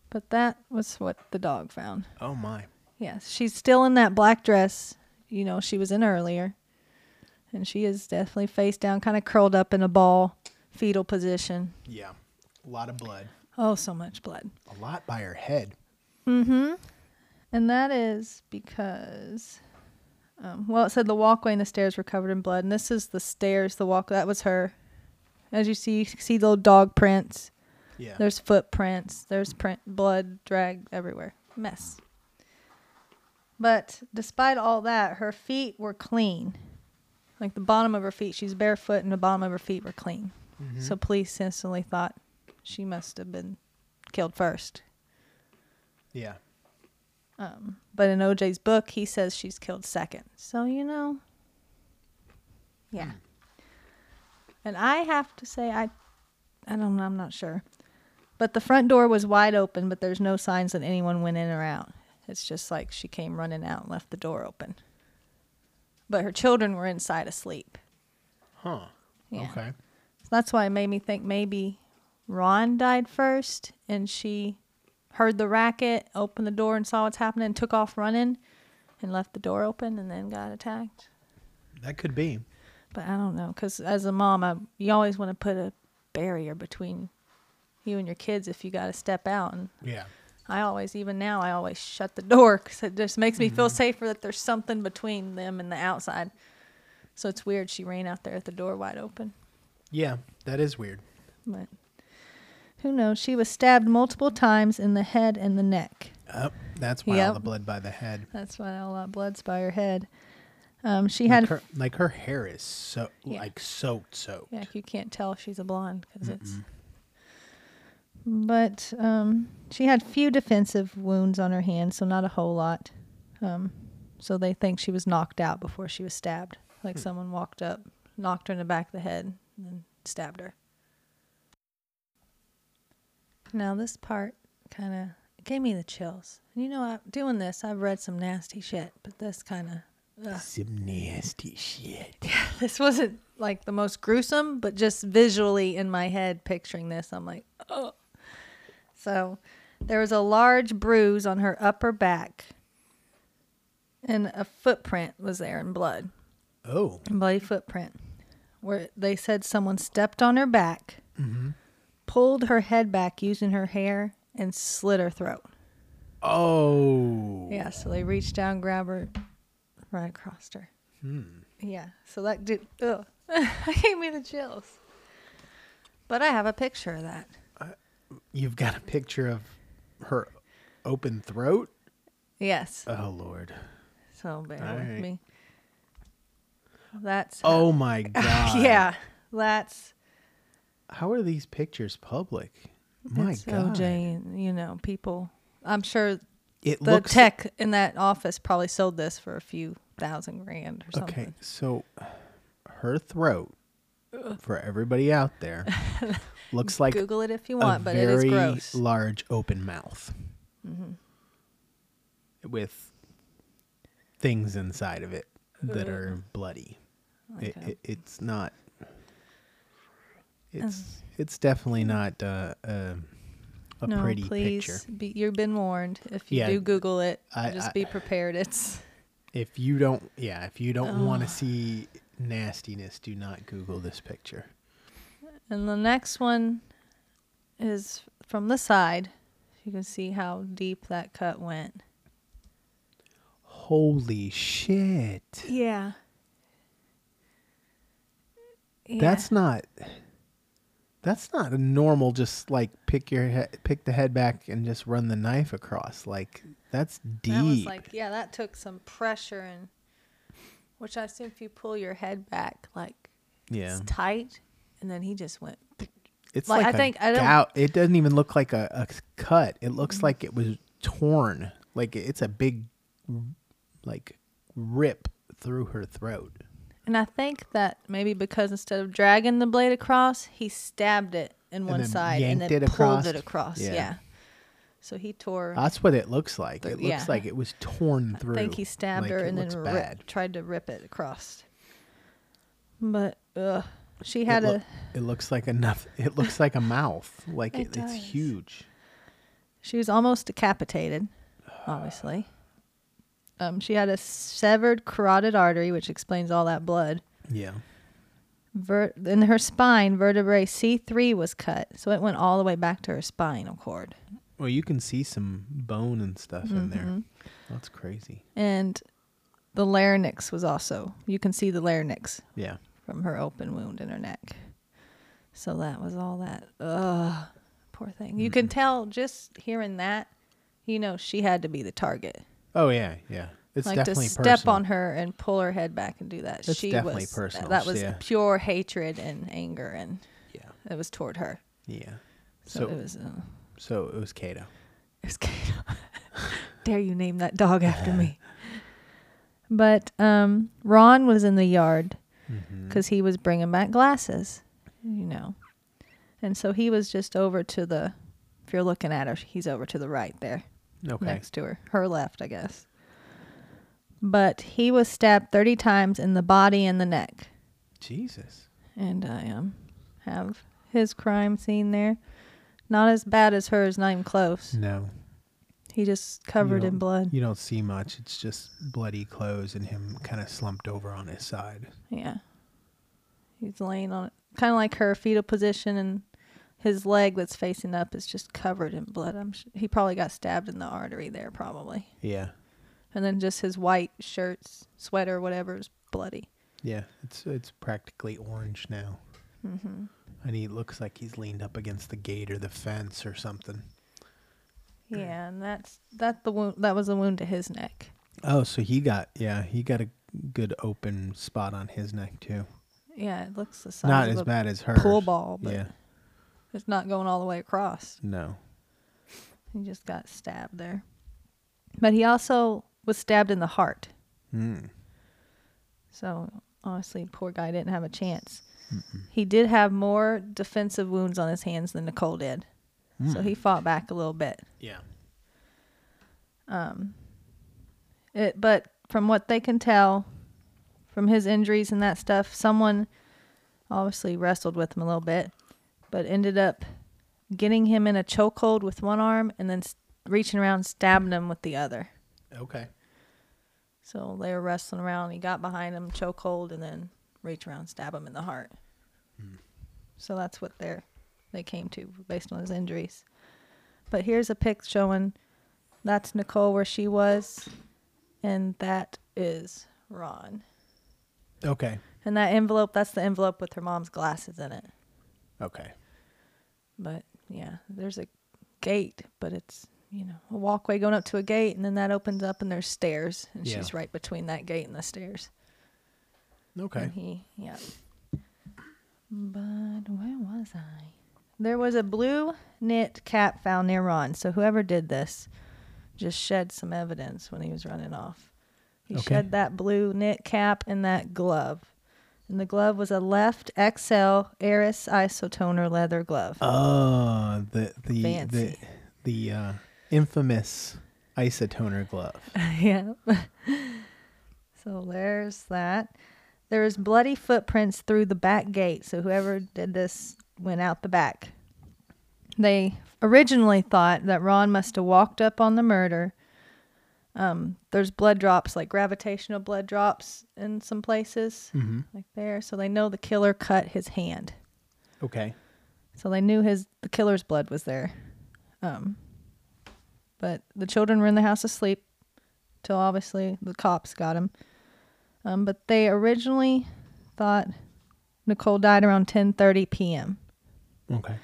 Speaker 2: But that was what the dog found.
Speaker 3: Oh my.
Speaker 2: Yes, she's still in that black dress. You know, she was in earlier, and she is definitely face down, kind of curled up in a ball, fetal position.
Speaker 3: Yeah. A lot of blood.
Speaker 2: Oh, so much blood.
Speaker 3: A lot by her head.
Speaker 2: And that is because, um, well, it said the walkway and the stairs were covered in blood, and this is the stairs, the walk. That was her. As you see, you see little dog prints.
Speaker 3: Yeah.
Speaker 2: There's footprints. There's print, blood dragged everywhere. Mess. But despite all that, her feet were clean. Like the bottom of her feet, she's barefoot, and the bottom of her feet were clean. So police instantly thought she must have been killed first.
Speaker 3: yeah.
Speaker 2: But in OJ's book, he says she's killed second. So, you know. Yeah. And I have to say I I don't know, I'm not sure. But the front door was wide open, but there's no signs that anyone went in or out. It's just like she came running out and left the door open. But her children were inside asleep.
Speaker 3: Huh.
Speaker 2: Yeah.
Speaker 3: Okay.
Speaker 2: So that's why it made me think maybe Ron died first and she heard the racket, opened the door and saw what's happening, and took off running and left the door open and then got attacked.
Speaker 3: That could be.
Speaker 2: But I don't know because as a mom, I, you always want to put a barrier between you and your kids if you got to step out. And
Speaker 3: Yeah.
Speaker 2: I always, even now, I always shut the door because it just makes me feel safer that there's something between them and the outside. So it's weird she ran out there at the door wide open.
Speaker 3: Yeah. That is weird.
Speaker 2: But who knows? She was stabbed multiple times in the head and the neck.
Speaker 3: Oh, that's why all
Speaker 2: Yep.
Speaker 3: the blood by the head.
Speaker 2: That's why a lot of blood's by her head. Um, she had,
Speaker 3: like, her, like her hair is so like soaked, soaked.
Speaker 2: yeah, you can't tell if she's a blonde because it's. But um, she had few defensive wounds on her hand, so not a whole lot. Um, so they think she was knocked out before she was stabbed. Like someone walked up, knocked her in the back of the head, and then stabbed her. Now this part kind of gave me the chills. You know, I, doing this, I've read some nasty shit, but this kind of
Speaker 3: Some nasty shit.
Speaker 2: this wasn't like the most gruesome, but just visually in my head picturing this, I'm like, oh. So there was a large bruise on her upper back, and a footprint was there in blood,
Speaker 3: Oh,
Speaker 2: a bloody footprint, where they said someone stepped on her back, pulled her head back using her hair, and slit her throat.
Speaker 3: oh,
Speaker 2: Yeah, so they reached down, grabbed her, right across her.
Speaker 3: Hmm.
Speaker 2: Yeah, so that did. Ugh, gave me the chills. But I have a picture of that.
Speaker 3: you've got a picture of her open throat.
Speaker 2: Yes.
Speaker 3: Oh Lord,
Speaker 2: So bear
Speaker 3: All
Speaker 2: with
Speaker 3: right.
Speaker 2: me. That's
Speaker 3: Oh my god.
Speaker 2: yeah. That's
Speaker 3: How are these pictures public? My
Speaker 2: it's
Speaker 3: god.
Speaker 2: OJ. and, You know, people. I'm sure
Speaker 3: It
Speaker 2: the
Speaker 3: looks
Speaker 2: tech in that office probably sold this for a few thousand grand or something.
Speaker 3: Okay, so her throat for everybody out there looks like
Speaker 2: Google it if you
Speaker 3: a
Speaker 2: want, but it
Speaker 3: very
Speaker 2: is gross.
Speaker 3: large open mouth
Speaker 2: Mm-hmm.
Speaker 3: with things inside of it that are bloody. It,
Speaker 2: Okay.
Speaker 3: it, it's not. It's it's definitely not uh, uh, a
Speaker 2: no,
Speaker 3: pretty
Speaker 2: please.
Speaker 3: picture.
Speaker 2: Be, you've been warned. If you
Speaker 3: Yeah,
Speaker 2: do Google it,
Speaker 3: I-
Speaker 2: just
Speaker 3: I-
Speaker 2: be prepared. It's
Speaker 3: If you don't, yeah, if you don't want to see nastiness, do not Google this picture.
Speaker 2: and the next one is from the side. You can see how deep that cut went.
Speaker 3: Holy shit!
Speaker 2: Yeah.
Speaker 3: That's not. That's not a normal. Just like pick your head, pick the head back and just run the knife across. Like that's deep.
Speaker 2: That was like, yeah, that took some pressure and which I assume if you pull your head back like
Speaker 3: yeah,
Speaker 2: it's tight and then he just went
Speaker 3: it's
Speaker 2: like,
Speaker 3: like,
Speaker 2: I
Speaker 3: a
Speaker 2: think- I don't- Mm-hmm.
Speaker 3: gout. It doesn't even look like a, a cut. It looks like it was torn. Like it's a big, like rip through her throat.
Speaker 2: and I think that maybe because instead of dragging the blade across, he stabbed it in one
Speaker 3: then
Speaker 2: side and then
Speaker 3: yanked it
Speaker 2: pulled
Speaker 3: across?
Speaker 2: it across.
Speaker 3: Yeah.
Speaker 2: Yeah. So he tore
Speaker 3: That's what it looks like. It looks
Speaker 2: yeah.
Speaker 3: like it was torn through.
Speaker 2: I think he stabbed
Speaker 3: Like,
Speaker 2: her
Speaker 3: it
Speaker 2: and then
Speaker 3: looks
Speaker 2: rip-
Speaker 3: bad.
Speaker 2: tried to rip it across. But ugh, she had
Speaker 3: it,
Speaker 2: a
Speaker 3: loo- it looks like enough. It looks like a mouth. Like
Speaker 2: It
Speaker 3: it, it's
Speaker 2: does.
Speaker 3: huge.
Speaker 2: She was almost decapitated, obviously. Um, she had a severed carotid artery, which explains all that blood.
Speaker 3: Yeah.
Speaker 2: Ver- in her spine, vertebrae C3 was cut, so it went all the way back to her spinal cord.
Speaker 3: Well, you can see some bone and stuff
Speaker 2: Mm-hmm.
Speaker 3: in there. That's crazy.
Speaker 2: And the larynx was also, you can see the larynx
Speaker 3: Yeah.
Speaker 2: from her open wound in her neck. So that was all that. Ugh, poor thing. You can tell just hearing that, you know, she had to be the target.
Speaker 3: Oh yeah, yeah. It's
Speaker 2: like to
Speaker 3: definitely
Speaker 2: step
Speaker 3: personal.
Speaker 2: on her and pull her head back and do that.
Speaker 3: It's
Speaker 2: she
Speaker 3: definitely
Speaker 2: was
Speaker 3: personal,
Speaker 2: That was
Speaker 3: yeah.
Speaker 2: pure hatred and anger, and
Speaker 3: Yeah.
Speaker 2: it was toward her.
Speaker 3: Yeah.
Speaker 2: So,
Speaker 3: So
Speaker 2: it was. Uh,
Speaker 3: so it was Kato.
Speaker 2: it was Kato. Dare you name that dog after me? But um, Ron was in the yard
Speaker 3: Mm-hmm.
Speaker 2: because he was bringing back glasses, you know, and so he was just over to the. If you're looking at her, he's over to the right there.
Speaker 3: Okay.
Speaker 2: next to her, her left, I guess. But he was stabbed 30 times in the body and the neck.
Speaker 3: Jesus.
Speaker 2: And I um, have his crime scene there. Not as bad as hers, not even close.
Speaker 3: No.
Speaker 2: He just
Speaker 3: Mm. you
Speaker 2: covered in
Speaker 3: don't-
Speaker 2: blood.
Speaker 3: You don't see much. It's just bloody clothes and him kind of slumped over on his side.
Speaker 2: Yeah. He's laying on it, kind of like her fetal position, and his leg that's facing up is just covered in blood. I'm sh- he probably got stabbed in the artery there, probably.
Speaker 3: Yeah.
Speaker 2: And then just his white shirts, sweater, whatever is bloody.
Speaker 3: Yeah. It's it's practically orange now.
Speaker 2: Mm-hmm.
Speaker 3: And he looks like he's leaned up against the gate or the fence or something.
Speaker 2: Yeah, and that's that the wound that was the wound to his neck.
Speaker 3: Oh, so he got yeah, he got a good open spot on his neck too.
Speaker 2: Yeah, it looks the size
Speaker 3: Not
Speaker 2: of
Speaker 3: as
Speaker 2: a
Speaker 3: bad as her.
Speaker 2: pool ball, but
Speaker 3: yeah,
Speaker 2: it's not going all the way across.
Speaker 3: no.
Speaker 2: He just got stabbed there. But he also was stabbed in the heart.
Speaker 3: Mm.
Speaker 2: So honestly, poor guy didn't have a chance. He did have more defensive wounds on his hands than Nicole did. So he fought back a little bit.
Speaker 3: Yeah.
Speaker 2: It, but from what they can tell, from his injuries and that stuff, someone obviously wrestled with him a little bit, but ended up getting him in a chokehold with one arm and then s- reaching around stabbing him with the other.
Speaker 3: Okay.
Speaker 2: So they were wrestling around. He got behind him, chokehold, and then reach around, stab him in the heart. So that's what they are they came to based on his injuries. But here's a pic showing that's Nicole where she was, and that is Ron.
Speaker 3: Okay.
Speaker 2: And that envelope, that's the envelope with her mom's glasses in it.
Speaker 3: Okay.
Speaker 2: But yeah, there's a gate, but it's you know, a walkway going up to a gate, and then that opens up, and there's stairs, and
Speaker 3: Yeah.
Speaker 2: she's right between that gate and the stairs.
Speaker 3: Okay.
Speaker 2: And he, yeah. But where was I? There was a blue knit cap found near Ron. So whoever did this just shed some evidence when he was running off. He
Speaker 3: Okay.
Speaker 2: shed that blue knit cap and that glove. And the glove was a left XL Eris Isotoner leather glove.
Speaker 3: Oh, the the
Speaker 2: Fancy.
Speaker 3: the the uh, infamous isotoner glove.
Speaker 2: yeah. so there's that. There is bloody footprints through the back gate. So whoever did this went out the back. They originally thought that Ron must have walked up on the murder. Um, there's blood drops, like gravitational blood drops, in some places, like there. So they know the killer cut his hand.
Speaker 3: Okay.
Speaker 2: So they knew his the killer's blood was there. Um, but the children were in the house asleep till obviously the cops got him. Um, but they originally thought Nicole died around 10:30 p.m.
Speaker 3: Okay.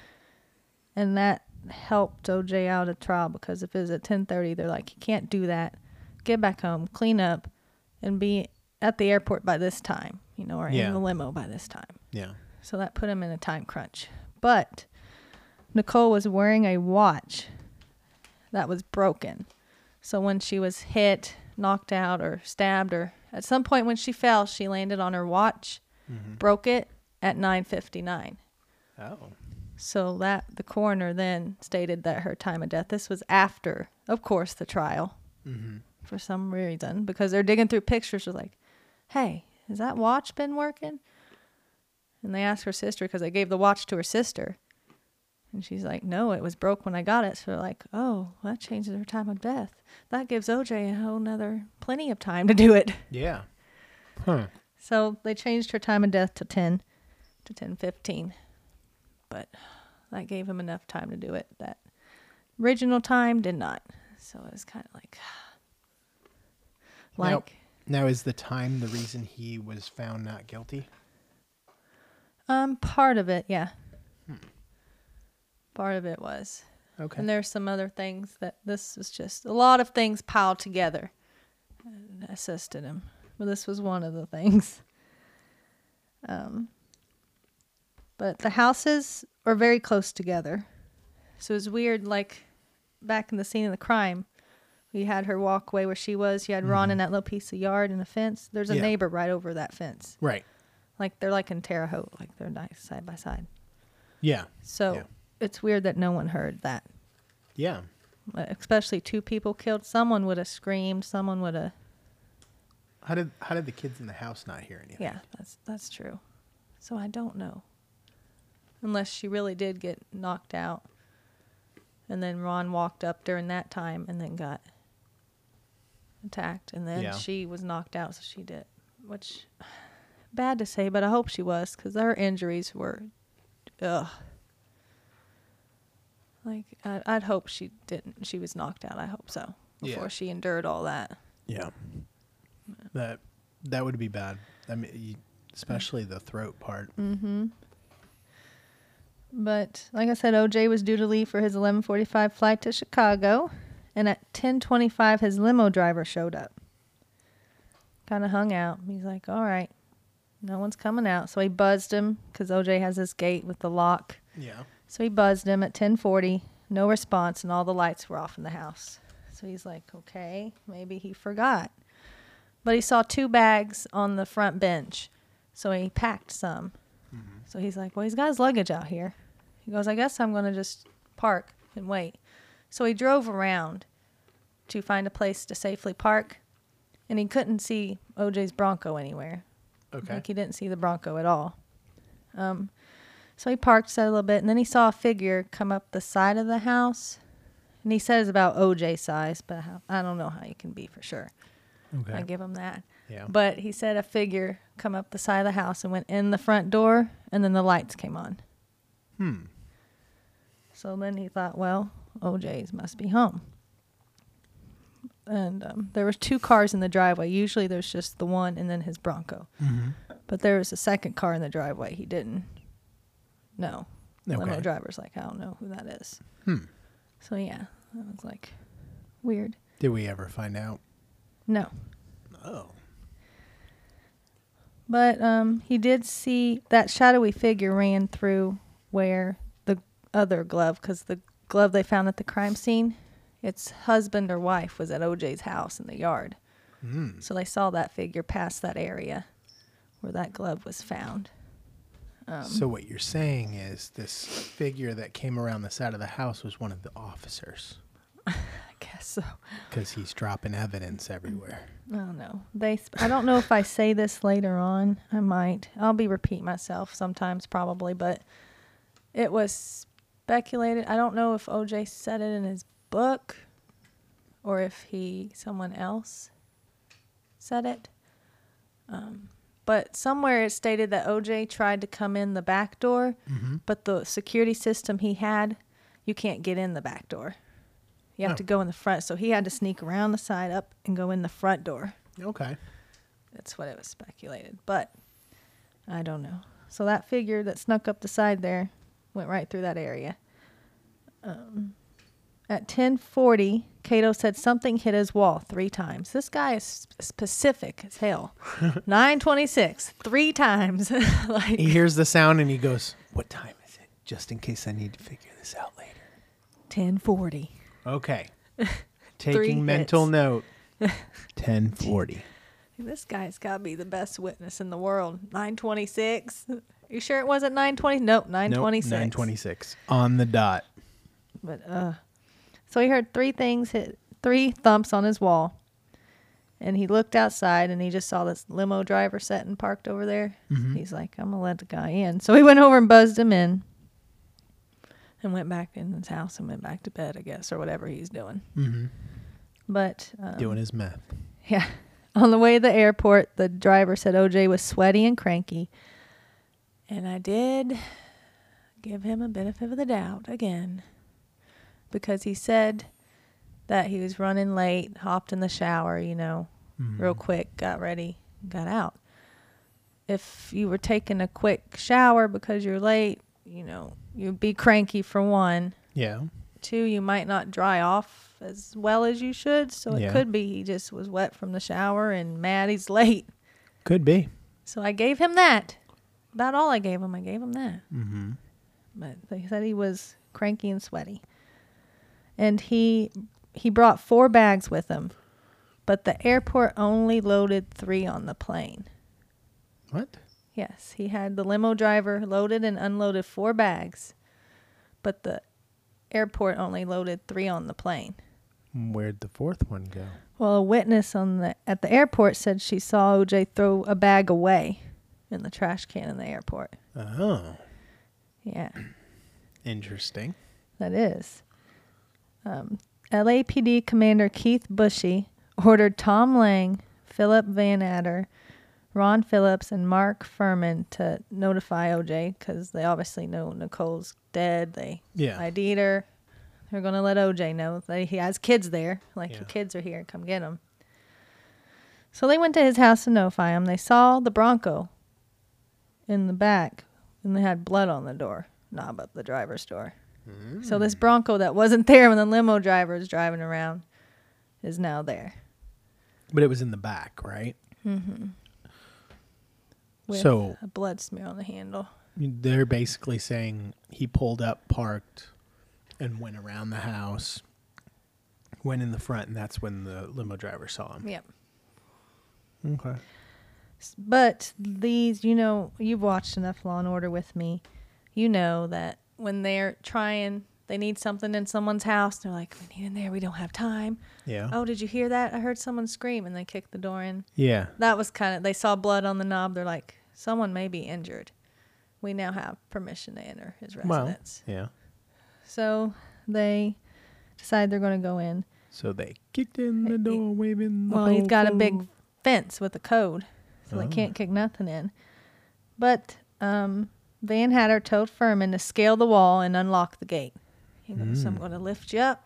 Speaker 2: and that helped OJ out of trial because if it was at 10:30, they're like, you can't do that. Get back home, clean up, and be at the airport by this time, you know, or
Speaker 3: Yeah.
Speaker 2: in the limo by this time.
Speaker 3: Yeah.
Speaker 2: So that put him in a time crunch. But Nicole was wearing a watch that was broken. So when she was hit, knocked out, or stabbed, or at some point when she fell, she landed on her watch, broke it at 9:59.
Speaker 3: Oh.
Speaker 2: So that the coroner then stated that her time of death. This was after, of course, the trial. For some reason, because they're digging through pictures, they're like, "Hey, has that watch been working?" And they asked her sister because they gave the watch to her sister, and she's like, "No, it was broke when I got it." So they're like, "Oh, well, that changes her time of death. That gives OJ a whole nother plenty of time to do it."
Speaker 3: Yeah. Huh.
Speaker 2: So they changed her time of death to 10 to 10:15. But that gave him enough time to do it that original time did not. So it was kind of like like
Speaker 3: Now- Now, is the time the reason he was found not guilty?
Speaker 2: um part of it, yeah. Part of it was.
Speaker 3: Okay.
Speaker 2: And there's some other things that this was just a lot of things piled together and assisted him. But this was one of the things. Um, but the houses are very close together. So it's weird, like back in the scene of the crime, we had her walkway where she was. You had Ron in that little piece of yard and a fence. There's a
Speaker 3: Mm-hmm. Yeah.
Speaker 2: neighbor right over that fence.
Speaker 3: right.
Speaker 2: Like they're like in Terre Haute, like they're nice side by side.
Speaker 3: Yeah.
Speaker 2: So
Speaker 3: Yeah.
Speaker 2: it's weird that no one heard that
Speaker 3: Yeah.
Speaker 2: especially two people killed, someone would have screamed. Someone would have.
Speaker 3: How did how did the kids in the house not hear anything?
Speaker 2: Yeah, that's that's true. So I don't know, unless she really did get knocked out, and then Ron walked up during that time and then got attacked, and then
Speaker 3: Yeah.
Speaker 2: she was knocked out, so she did. Which bad to say, but I hope she was because her injuries were, ugh. Like I, I'd hope she didn't. She was knocked out. I hope so
Speaker 3: Yeah.
Speaker 2: before she endured all that.
Speaker 3: Yeah. That that would be bad. I mean, you, especially the throat part.
Speaker 2: Mm. But like I said, OJ was due to leave for his 11:45 flight to Chicago, and at 10:25 his limo driver showed up. Kind of hung out. He's like, "All right, no one's coming out." So he buzzed him because OJ has this gate with the lock.
Speaker 3: Yeah.
Speaker 2: So he buzzed him at 10:40. No response, and all the lights were off in the house. So he's like, "Okay, maybe he forgot." But he saw two bags on the front bench, so he packed some. So he's like, "Well, he's got his luggage out here." He goes, "I guess I'm gonna just park and wait." So he drove around to find a place to safely park, and he couldn't see OJ's Bronco anywhere.
Speaker 3: Okay.
Speaker 2: Like he didn't see the Bronco at all. Um, so he parked so a little bit, and then he saw a figure come up the side of the house. And he says about OJ size, but how- I don't know how you can be for sure.
Speaker 3: okay.
Speaker 2: I give him that.
Speaker 3: yeah.
Speaker 2: But he said a figure come up the side of the house and went in the front door, and then the lights came on.
Speaker 3: hmm.
Speaker 2: So then he thought, well, OJ's must be home. And um, there were two cars in the driveway. Usually there's just the one and then his Bronco.
Speaker 3: Mm-hmm.
Speaker 2: But there was a second car in the driveway. He didn't know. The limo
Speaker 3: Okay.
Speaker 2: driver's like, I don't know who that is.
Speaker 3: Hmm.
Speaker 2: So yeah, I was like, weird.
Speaker 3: Did we ever find out?
Speaker 2: No.
Speaker 3: Oh.
Speaker 2: But um, he did see that shadowy figure ran through where the other glove, because the glove they found at the crime scene, its husband or wife was at OJ's house in the yard. So they saw that figure pass that area where that glove was found. Um.
Speaker 3: so what you're saying is this figure that came around the side of the house was one of the officers
Speaker 2: I guess so.
Speaker 3: because he's dropping evidence everywhere.
Speaker 2: I don't know. Oh, They. Sp- I don't know if I say this later on. I might. I'll be repeat myself sometimes, probably. But it was speculated. I don't know if OJ said it in his book, or if he someone else said it. Um, but somewhere it stated that OJ tried to come in the back door, but the security system he had, you can't get in the back door. You have
Speaker 3: Oh.
Speaker 2: to go in the front. So he had to sneak around the side up and go in the front door.
Speaker 3: Okay.
Speaker 2: That's what it was speculated, but I don't know. So that figure that snuck up the side there went right through that area. Um, at 10:40, Cato said something hit his wall three times. This guy is specific as hell. 9:26, three times. like
Speaker 3: He hears the sound and he goes, "What time is it?" Just in case I need to figure this out later.
Speaker 2: 10:40.
Speaker 3: Okay.
Speaker 2: Three
Speaker 3: Taking mental
Speaker 2: hits.
Speaker 3: note. 1040.
Speaker 2: This guy's got to be the best witness in the world. 9:26. You sure it wasn't 9:20? Nope, 9:26.
Speaker 3: 926. On the dot.
Speaker 2: But uh so he heard three things hit three thumps on his wall. And he looked outside and he just saw this limo driver sitting parked over there. He's like, I'm gonna let the guy in. So he went over and buzzed him in and went back in his house and went back to bed, I guess, or whatever he's doing. Mm-hmm. But um,
Speaker 3: Doing his math.
Speaker 2: yeah. On the way to the airport, the driver said OJ was sweaty and cranky. And I did give him a benefit of the doubt again because he said that he was running late, hopped in the shower, you know, real quick, got ready, got out. If you were taking a quick shower because you're late, you know, you'd be cranky for one
Speaker 3: Yeah.
Speaker 2: two, you might not dry off as well as you should. So it
Speaker 3: Yeah.
Speaker 2: could be he just was wet from the shower and mad he's late.
Speaker 3: Could be.
Speaker 2: So I gave him that. About all I gave him, I gave him that. Mm-hmm. But they said he was cranky and sweaty, and he he brought four bags with him, but the airport only loaded three on the plane.
Speaker 3: What?
Speaker 2: Yes, he had the limo driver loaded and unloaded four bags, but the airport only loaded three on the plane.
Speaker 3: Where'd the fourth one go?
Speaker 2: Well, a witness on the at the airport said she saw OJ throw a bag away in the trash can in the airport.
Speaker 3: Oh.
Speaker 2: Yeah,
Speaker 3: Interesting.
Speaker 2: that is. Um, LAPD Commander Keith Bushy ordered Tom Lang, Philip Van Adder, Ron Phillips, and Mark Furman to notify OJ because they obviously know Nicole's dead. They
Speaker 3: Yeah.
Speaker 2: ID'd her. They're gonna let OJ know that he has kids there. Like
Speaker 3: Yeah.
Speaker 2: your kids are here, come get them. So they went to his house to notify him. They saw the Bronco in the back, and they had blood on the door knob of the driver's door. So
Speaker 3: Hmm.
Speaker 2: this Bronco that wasn't there when the limo driver was driving around is now there.
Speaker 3: But it was in the back, right?
Speaker 2: Mm-hmm. With
Speaker 3: So-
Speaker 2: a blood smear on the handle.
Speaker 3: They're basically saying he pulled up, parked, and went around the house, went in the front, and that's when the limo driver saw him.
Speaker 2: Yep.
Speaker 3: Okay.
Speaker 2: But these, you know, you've watched enough Law and Order with me. You know that when they're trying, they need something in someone's house. They're like, "We need in there. We don't have time."
Speaker 3: Yeah.
Speaker 2: Oh, did you hear that? I heard someone scream, and they kicked the door in.
Speaker 3: Yeah.
Speaker 2: That was kind of. They saw blood on the knob. They're like, "Someone may be injured." We now have permission to enter his
Speaker 3: Well,
Speaker 2: residence.
Speaker 3: yeah.
Speaker 2: So they decide they're going to go in.
Speaker 3: So they kicked in the door, waving the
Speaker 2: Well, he's got a
Speaker 3: fofo.
Speaker 2: big fence with a code, so they can't kick nothing in. But um, Van Hatter told Furman to scale the wall and unlock the gate. He goes, I'm going to lift you up.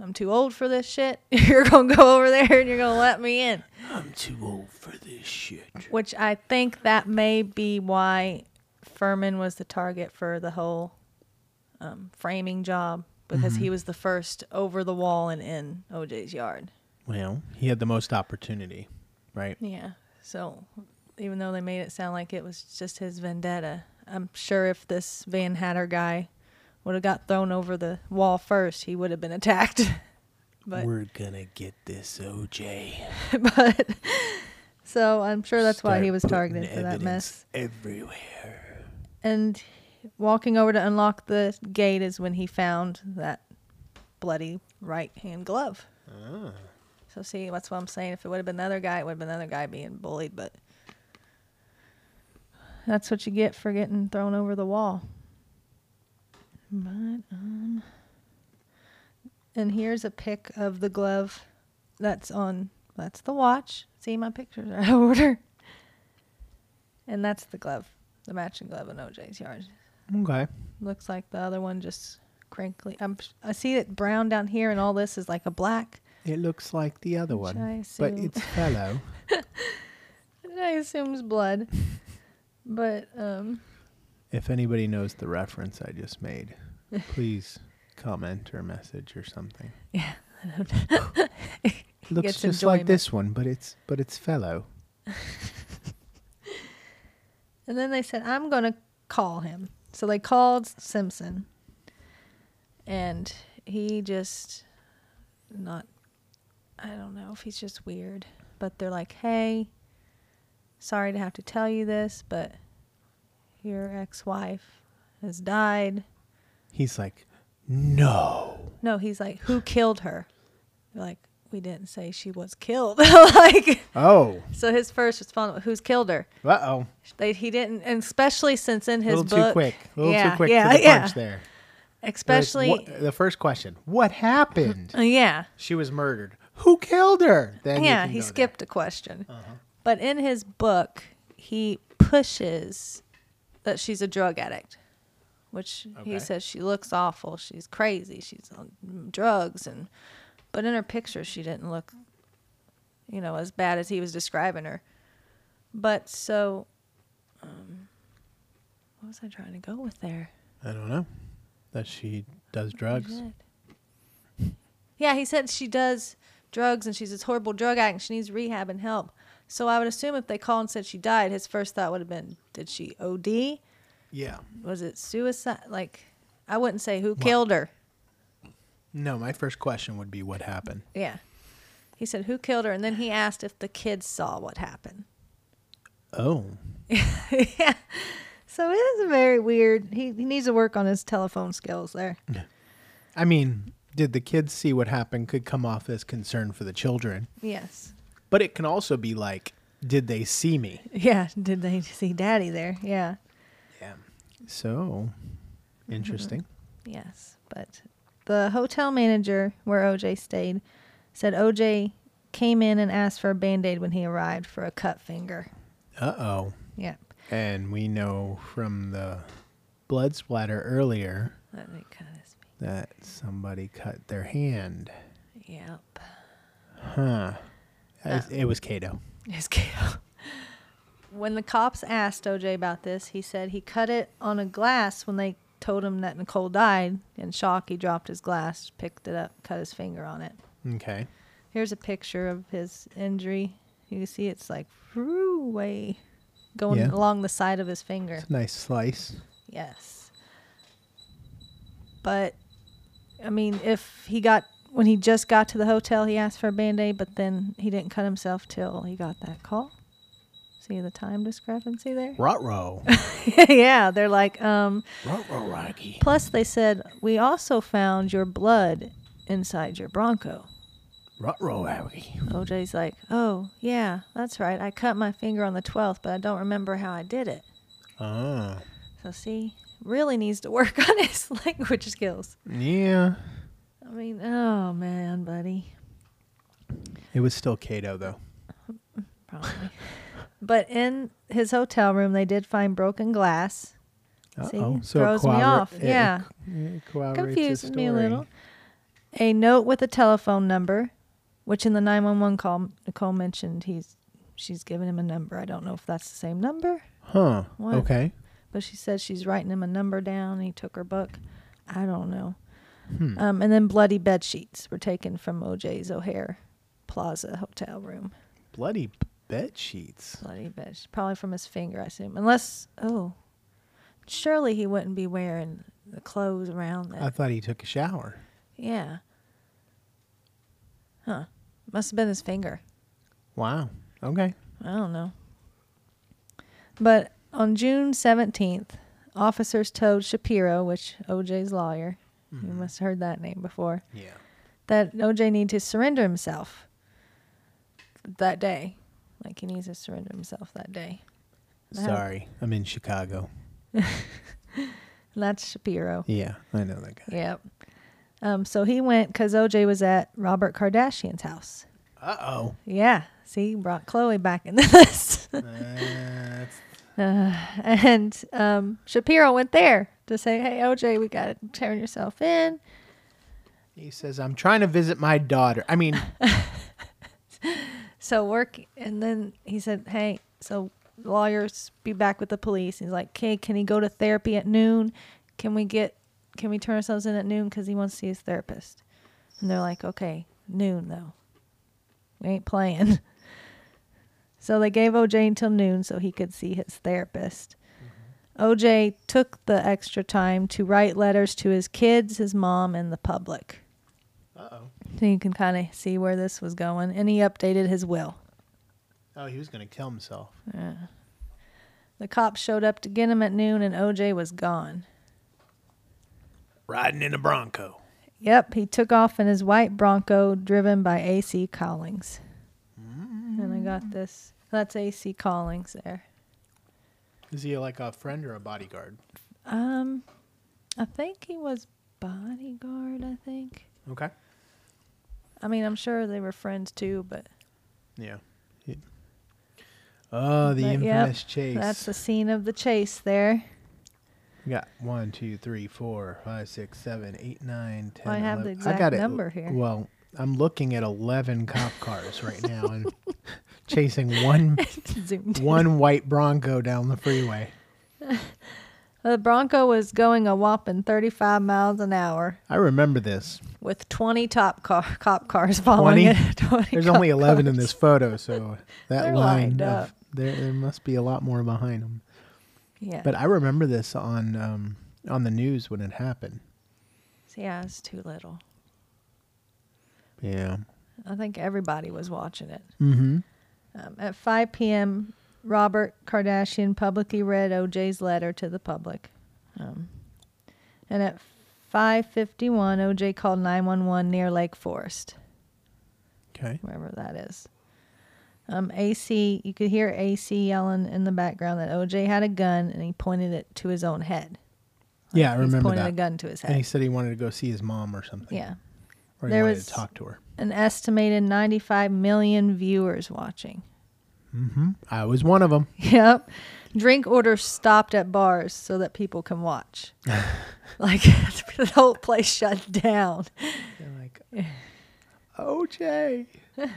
Speaker 2: I'm too old for this shit. You're going to go over there and you're going to let me in.
Speaker 3: I'm too old for this shit.
Speaker 2: Which I think that may be why Furman was the target for the whole um, framing job because he was the first over the wall and in OJ's yard.
Speaker 3: Well, he had the most opportunity, right?
Speaker 2: Yeah. So even though they made it sound like it was just his vendetta, I'm sure if this Van Hatter guy would have got thrown over the wall first, he would have been attacked. but
Speaker 3: We're gonna get this OJ.
Speaker 2: but so I'm sure that's why he
Speaker 3: Start
Speaker 2: was
Speaker 3: putting
Speaker 2: targeted for that
Speaker 3: evidence
Speaker 2: mess.
Speaker 3: Everywhere.
Speaker 2: And walking over to unlock the gate is when he found that bloody right hand glove. So see, that's what I'm saying. If it would have been the other guy, it would have been the other guy being bullied, but that's what you get for getting thrown over the wall. But um and here's a pic of the glove that's on that's the watch. See my pictures are out of order. And that's the glove, the matching glove in OJ's yard.
Speaker 3: Okay.
Speaker 2: Looks like the other one just crinkly. I'm, I see it brown down here, and all this is like a black.
Speaker 3: It looks like the other
Speaker 2: Which
Speaker 3: one,
Speaker 2: I
Speaker 3: but
Speaker 2: assume-
Speaker 3: it's fellow.
Speaker 2: I assume it's blood, but um,
Speaker 3: if anybody knows the reference I just made, please comment or message or something.
Speaker 2: yeah,
Speaker 3: It looks
Speaker 2: gets
Speaker 3: just like
Speaker 2: enjoyment.
Speaker 3: this one, but it's but it's fellow.
Speaker 2: And then they said, I'm going to call him. So they called Simpson. And he just, not, I don't know if he's just weird, but they're like, hey, sorry to have to tell you this, but your ex wife has died.
Speaker 3: He's like, no.
Speaker 2: No, he's like, who killed her? They're like, we didn't say she was killed. like,
Speaker 3: Oh,
Speaker 2: so his first response, was, who's killed her?
Speaker 3: uh oh.
Speaker 2: They, he didn't, and especially since in
Speaker 3: A
Speaker 2: his
Speaker 3: little
Speaker 2: book,
Speaker 3: too quick. A little
Speaker 2: yeah,
Speaker 3: too quick
Speaker 2: yeah,
Speaker 3: to the
Speaker 2: yeah.
Speaker 3: punch there. Like,
Speaker 2: Especially,
Speaker 3: what- the first question: What happened?
Speaker 2: uh, yeah,
Speaker 3: she was murdered. Who killed her? Then you
Speaker 2: yeah.
Speaker 3: can
Speaker 2: He
Speaker 3: go there. Uh-huh.
Speaker 2: skipped a question, but in his book, he pushes that she's a drug addict, which
Speaker 3: Okay.
Speaker 2: he says she looks awful. She's crazy. She's on drugs, and but in her picture, she didn't look, you know, as bad as he was describing her. But so, um, what was I trying to go with there?
Speaker 3: I don't know that she does drugs.
Speaker 2: Good. Yeah, he said she does drugs and she's this horrible drug addict. And she needs rehab and help. So I would assume if they called and said she died, his first thought would have been, did she OD?
Speaker 3: Yeah.
Speaker 2: Was it suicide? Like, I wouldn't say who killed her.
Speaker 3: No, my first question would be what happened.
Speaker 2: Yeah. He said, who killed her? And then he asked if the kids saw what happened.
Speaker 3: Oh,
Speaker 2: yeah. So it is very weird. He, he needs to work on his telephone skills there.
Speaker 3: I mean, did the kids see what happened? Could come off as concern for the children,
Speaker 2: Yes.
Speaker 3: but it can also be like, did they see me?
Speaker 2: Yeah. Did they see daddy there? Yeah.
Speaker 3: Yeah. So interesting.
Speaker 2: Mm-hmm. Yes, but the hotel manager where OJ stayed said OJ came in and asked for a band aid when he arrived for a cut finger.
Speaker 3: Uh oh.
Speaker 2: Yep.
Speaker 3: And we know from the blood splatter earlier
Speaker 2: Let me cut his finger.
Speaker 3: that somebody cut their hand.
Speaker 2: Yep.
Speaker 3: Huh. As- It was Kato.
Speaker 2: His kale. When the cops asked OJ about this, he said he cut it on a glass when they told him that Nicole died. In shock, he dropped his glass, picked it up, cut his finger on it.
Speaker 3: Okay.
Speaker 2: Here's a picture of his injury. You can see it's like through way going
Speaker 3: Yeah.
Speaker 2: along the side of his finger.
Speaker 3: It's a nice slice.
Speaker 2: Yes. But I mean, if he got when he just got to the hotel, he asked for a band aid, but then he didn't cut himself till he got that call. See the time discrepancy there?
Speaker 3: Rot row.
Speaker 2: yeah, they're like, um,
Speaker 3: Rot row, Rocky.
Speaker 2: plus they said, we also found your blood inside your Bronco.
Speaker 3: Rot row, Rocky.
Speaker 2: OJ's like, oh, yeah, that's right. I cut my finger on the 12th, but I don't remember how I did it.
Speaker 3: Ah.
Speaker 2: So, see, really needs to work on his language skills.
Speaker 3: Yeah.
Speaker 2: I mean, oh man, buddy,
Speaker 3: It was still Kato, though.
Speaker 2: probably. but in his hotel room, they did find broken glass. See,
Speaker 3: Uh-oh. it
Speaker 2: throws me
Speaker 3: corrobor-
Speaker 2: off.
Speaker 3: it-
Speaker 2: yeah,
Speaker 3: It corroborates his
Speaker 2: confuses me a
Speaker 3: story.
Speaker 2: little. A note with a telephone number, which in the nine one one call, Nicole mentioned he's she's giving him a number. I don't know if that's the same number,
Speaker 3: Huh.
Speaker 2: What?
Speaker 3: Okay.
Speaker 2: but she says she's writing him a number down. And he took her book. I don't know.
Speaker 3: Hmm.
Speaker 2: Um, and then bloody bed sheets were taken from OJ's O'Hare Plaza hotel room.
Speaker 3: Bloody bed sheets.
Speaker 2: Bloody bed, sheet- probably from his finger, I assume. Unless, oh, surely he wouldn't be wearing the clothes around that.
Speaker 3: I thought he took a shower.
Speaker 2: yeah. Huh. Must have been his finger.
Speaker 3: Wow. Okay.
Speaker 2: I don't know. But on June 17th, officers told Shapiro, which OJ's lawyer, you must have heard that name before,
Speaker 3: Yeah.
Speaker 2: that OJ need to surrender himself that day. Like he needs to surrender himself that day. Wow.
Speaker 3: Sorry, I'm in Chicago.
Speaker 2: And that's Shapiro.
Speaker 3: Yeah, I know that guy.
Speaker 2: Yep. Um, so he went because OJ was at Robert Kardashian's house.
Speaker 3: Uh oh.
Speaker 2: Yeah. See, brought Chloe back in the list. and um, Shapiro went there to say, "Hey, OJ, we got to turn yourself in."
Speaker 3: He says, I'm trying to visit my daughter. I mean,
Speaker 2: So work, and then he said, "Hey, so lawyers be back with the police." He's like, "Okay, can he go to therapy at noon? Can we get, can we turn ourselves in at noon because he wants to see his therapist?" And they're like, "Okay, noon though. We ain't playing." So they gave OJ until noon so he could see his therapist. OJ took the extra time to write letters to his kids, his mom, and the public.
Speaker 3: Uh-oh.
Speaker 2: So you can kind of see where this was going. And he updated his will.
Speaker 3: oh, he was going to kill himself.
Speaker 2: The cops showed up to get him at noon and OJ was gone.
Speaker 3: Riding in a Bronco.
Speaker 2: Yep, he took off in his white Bronco driven by AC Collings. And I got this. That's AC Collings there.
Speaker 3: Is he like a friend or a bodyguard?
Speaker 2: Um I think he was bodyguard, I think.
Speaker 3: Okay.
Speaker 2: I mean, I'm sure they were friends too, but
Speaker 3: Yeah. He- Oh, the
Speaker 2: But, yep,
Speaker 3: infamous chase.
Speaker 2: that's the scene of the chase there.
Speaker 3: We got one, two, three, four, five, six, seven, eight, nine, ten.
Speaker 2: Well, I have the
Speaker 3: 11.
Speaker 2: exact
Speaker 3: got it.
Speaker 2: number here.
Speaker 3: Well, I'm looking at eleven cop cars right now and chasing one
Speaker 2: Zoomed.
Speaker 3: one white Bronco down the freeway.
Speaker 2: The Bronco was going a whopping 35 miles an hour
Speaker 3: I remember this.
Speaker 2: with 20 top car- cop cars following
Speaker 3: 20?
Speaker 2: it. 20
Speaker 3: There's
Speaker 2: cop
Speaker 3: only eleven in
Speaker 2: cars.
Speaker 3: this photo, so that
Speaker 2: They're
Speaker 3: line
Speaker 2: lined
Speaker 3: of,
Speaker 2: up.
Speaker 3: there there must be a lot more behind them.
Speaker 2: Yeah.
Speaker 3: But I remember this on um, on the news when it happened.
Speaker 2: yeah, it's too little.
Speaker 3: Yeah.
Speaker 2: I think everybody was watching it.
Speaker 3: Mm-hmm.
Speaker 2: Um, at 5 p.m., Robert Kardashian publicly read OJ's letter to the public. Um, and at 5:51, OJ called 911 near Lake Forest,
Speaker 3: Okay.
Speaker 2: wherever that is. Um, AC, you could hear AC yelling in the background that OJ had a gun and he pointed it to his own head.
Speaker 3: Yeah, I
Speaker 2: He's
Speaker 3: remember
Speaker 2: pointing
Speaker 3: that.
Speaker 2: a gun to his
Speaker 3: And he
Speaker 2: head.
Speaker 3: said he wanted to go see his mom or something.
Speaker 2: Yeah.
Speaker 3: Or he
Speaker 2: There
Speaker 3: wanted
Speaker 2: was-
Speaker 3: to talk to her.
Speaker 2: An estimated 95 million viewers watching.
Speaker 3: I was one of them.
Speaker 2: Yep. Drink orders stopped at bars so that people can watch. like the whole place shut down.
Speaker 3: like,
Speaker 2: "Oh."
Speaker 3: OJ,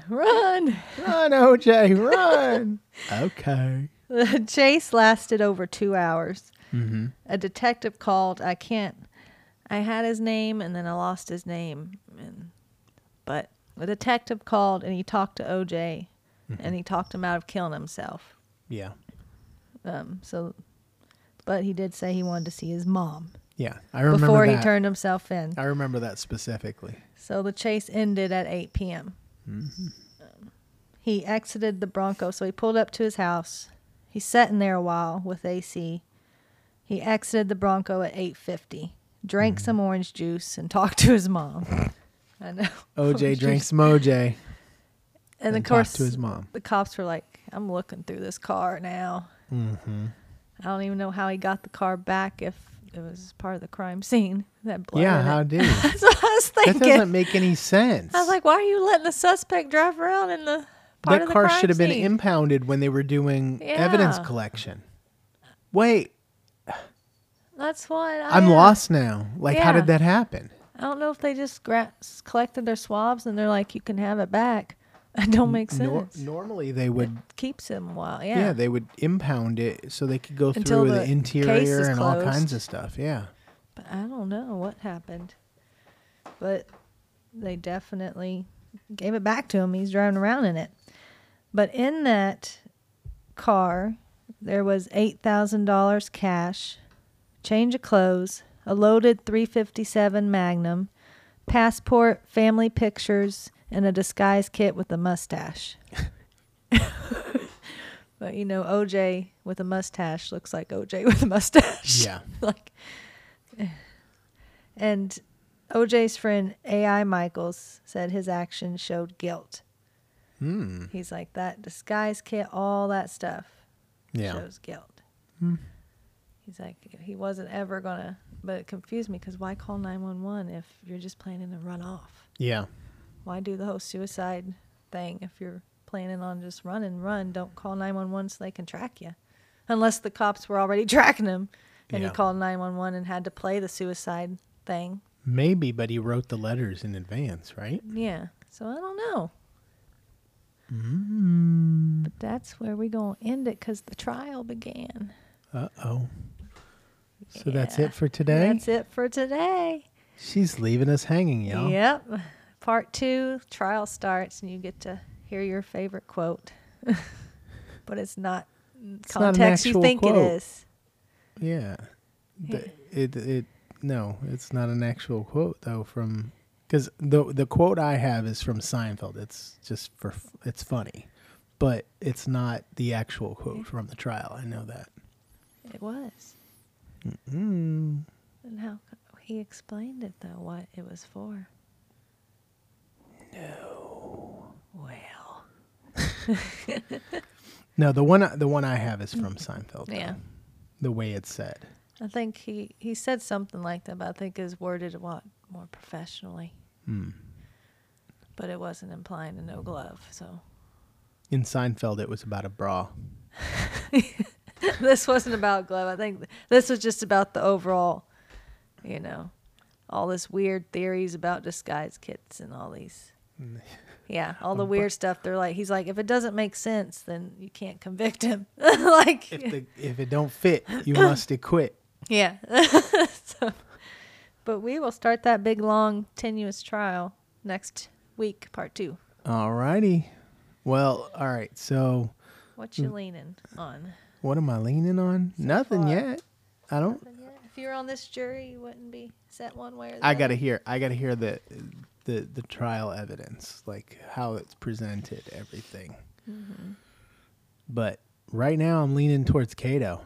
Speaker 2: Run.
Speaker 3: run, OJ, run. okay.
Speaker 2: The chase lasted over two hours.
Speaker 3: Mm-hmm.
Speaker 2: A detective called. I can't. I had his name and then I lost his name. And, but a detective called and he talked to OJ
Speaker 3: Mm-hmm.
Speaker 2: and he talked him out of killing himself.
Speaker 3: Yeah.
Speaker 2: Um, so, but he did say he wanted to see his mom
Speaker 3: Yeah. I remember
Speaker 2: before
Speaker 3: that.
Speaker 2: he turned himself in.
Speaker 3: I remember that specifically.
Speaker 2: So the chase ended at 8 p.m.
Speaker 3: Mm-hmm.
Speaker 2: Um, He exited the Bronco, so he pulled up to his house. He sat in there a while with AC. He exited the Bronco at 8:50, drank
Speaker 3: Mm-hmm.
Speaker 2: some orange juice, and talked to his mom. I know.
Speaker 3: OJ
Speaker 2: Orange
Speaker 3: drank
Speaker 2: juice.
Speaker 3: some OJ
Speaker 2: and,
Speaker 3: and
Speaker 2: of
Speaker 3: talked
Speaker 2: course
Speaker 3: to his mom.
Speaker 2: the cops were like, "I'm looking through this car now." Mm-hmm. I don't even know how he got the car back if it was part of the crime scene. That blood.
Speaker 3: yeah,
Speaker 2: in
Speaker 3: how
Speaker 2: it.
Speaker 3: did he?
Speaker 2: That's what I was
Speaker 3: That
Speaker 2: thinking.
Speaker 3: doesn't make any sense.
Speaker 2: I was like, why are you letting the suspect drive around in the part
Speaker 3: that
Speaker 2: of the
Speaker 3: car
Speaker 2: crime
Speaker 3: should have been
Speaker 2: scene?
Speaker 3: impounded when they were doing evidence
Speaker 2: Yeah.
Speaker 3: collection. Wait,
Speaker 2: That's what I
Speaker 3: I'm
Speaker 2: am.
Speaker 3: lost now. Like, how
Speaker 2: Yeah.
Speaker 3: did that happen?
Speaker 2: I don't know if they just gra- s- collected their swabs and they're like, you can have it back. It don't make
Speaker 3: Nor-
Speaker 2: sense.
Speaker 3: normally, they would
Speaker 2: Keeps him a while.
Speaker 3: Yeah.
Speaker 2: Yeah.
Speaker 3: they would impound it so they could go
Speaker 2: Until
Speaker 3: through the,
Speaker 2: the case
Speaker 3: interior
Speaker 2: is
Speaker 3: and all kinds
Speaker 2: closed.
Speaker 3: of stuff. Yeah.
Speaker 2: but I don't know what happened. but they definitely gave it back to him. He's driving around in it. But in that car, there was $8,000 cash, change of clothes, a loaded 357 Magnum, passport, family pictures, and a disguise kit with a mustache. but you know, OJ with a mustache looks like OJ with a mustache.
Speaker 3: Yeah.
Speaker 2: like eh. and OJ's friend AI Michaels said his actions showed guilt.
Speaker 3: Hmm.
Speaker 2: He's like that disguise kit, all that stuff
Speaker 3: Yeah. Hmm.
Speaker 2: shows guilt. He's like he wasn't ever gonna, but it confused me because why call nine one one if you're just planning to run off?
Speaker 3: Yeah.
Speaker 2: Why do the whole suicide thing if you're planning on just run and run? Don't call nine one one so they can track you, unless the cops were already tracking him and
Speaker 3: Yeah.
Speaker 2: he called nine one one and had to play the suicide thing.
Speaker 3: Maybe, but he wrote the letters in advance, right?
Speaker 2: Yeah, so I don't know.
Speaker 3: Mm-hmm.
Speaker 2: But that's where we gonna end it because the trial began.
Speaker 3: Uh oh. So that's
Speaker 2: Yeah.
Speaker 3: it for today.
Speaker 2: That's it for today.
Speaker 3: She's leaving us hanging, y'all.
Speaker 2: Yep. Part two, trial starts, and you get to hear your favorite quote. but it's not
Speaker 3: not an
Speaker 2: context you
Speaker 3: actual
Speaker 2: think
Speaker 3: quote.
Speaker 2: it is.
Speaker 3: Yeah. The, it it no, it's not an actual quote though from cuz the the quote I have is from Seinfeld. It's just for f- it's funny. But it's not the actual quote from the trial. I know that.
Speaker 2: It was.
Speaker 3: Mm.
Speaker 2: And how he explained it, though, what it was for. No. Well,
Speaker 3: No, the one I- the one I have is from Seinfeld. though.
Speaker 2: Yeah.
Speaker 3: The way it's said.
Speaker 2: I think he, he said something like that, but I think it was worded a lot more professionally.
Speaker 3: Hmm.
Speaker 2: But it wasn't implying a no glove, so.
Speaker 3: In Seinfeld it was about a bra.
Speaker 2: this wasn't about glove. I think th- this was just about the overall, you know, all this weird theories about disguise kits and all these. Yeah, all
Speaker 3: Um,
Speaker 2: the weird stuff. They're like, he's like, if it doesn't make sense, then you can't convict him. like,
Speaker 3: If the if it don't fit, you must acquit.
Speaker 2: yeah. so, but we will start that big, long, tenuous trial next week, part two.
Speaker 3: All righty. Well, all right. So
Speaker 2: What
Speaker 3: Hmm.
Speaker 2: you leaning on?
Speaker 3: What am I leaning on? Nothing
Speaker 2: far.
Speaker 3: yet. I don't.
Speaker 2: If you were on this jury, you wouldn't be set one way or the
Speaker 3: I
Speaker 2: other.
Speaker 3: gotta hear. I gotta hear the the the trial evidence, like how it's presented, everything. But right now, I'm leaning towards Cato.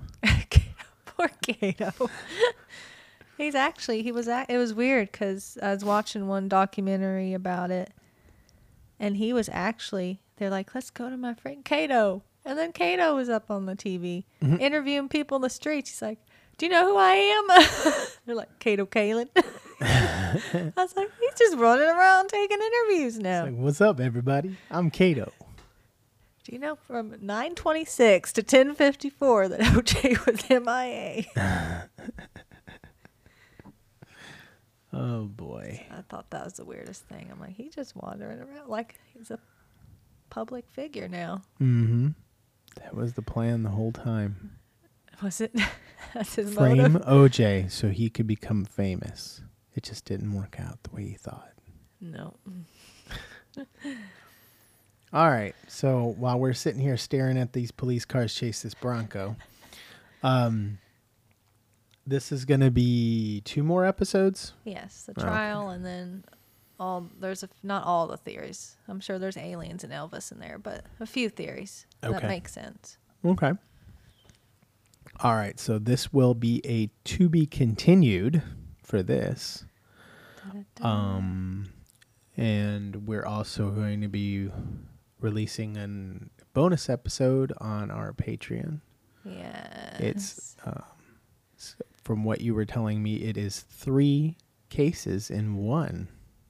Speaker 2: Poor Gato. He's actually he was ac it was weird because I was watching one documentary about it, and he was actually they're like let's go to my friend Cato, and then Cato was up on the TV interviewing people in the streets. He's like, do you know who I am? they're like Cato Kalin. I was like, he's just running around taking interviews now.
Speaker 3: Like, what's up, everybody? I'm Cato.
Speaker 2: Do you know from 926 to 1054 that OJ was MIA?
Speaker 3: Oh boy.
Speaker 2: I thought that was the weirdest thing. I'm like, he's just wandering around like he's a public figure now.
Speaker 3: Mm-hmm. That was the plan the whole time.
Speaker 2: Was it? That's his
Speaker 3: Frame
Speaker 2: motive.
Speaker 3: OJ so he could become famous. It just didn't work out the way he thought.
Speaker 2: No.
Speaker 3: All right. So while we're sitting here staring at these police cars chase this Bronco, um, this is going to be two more episodes.
Speaker 2: Yes, the
Speaker 3: Oh, okay.
Speaker 2: trial and then all there's a, not all the theories. I'm sure there's aliens and Elvis in there, but a few theories that
Speaker 3: Okay.
Speaker 2: make sense.
Speaker 3: Okay. All right. So this will be a to be continued for this. Um, and we're also going to be releasing an bonus episode on our Patreon.
Speaker 2: Yeah.
Speaker 3: It's um, s- from what you were telling me, it is three cases in one,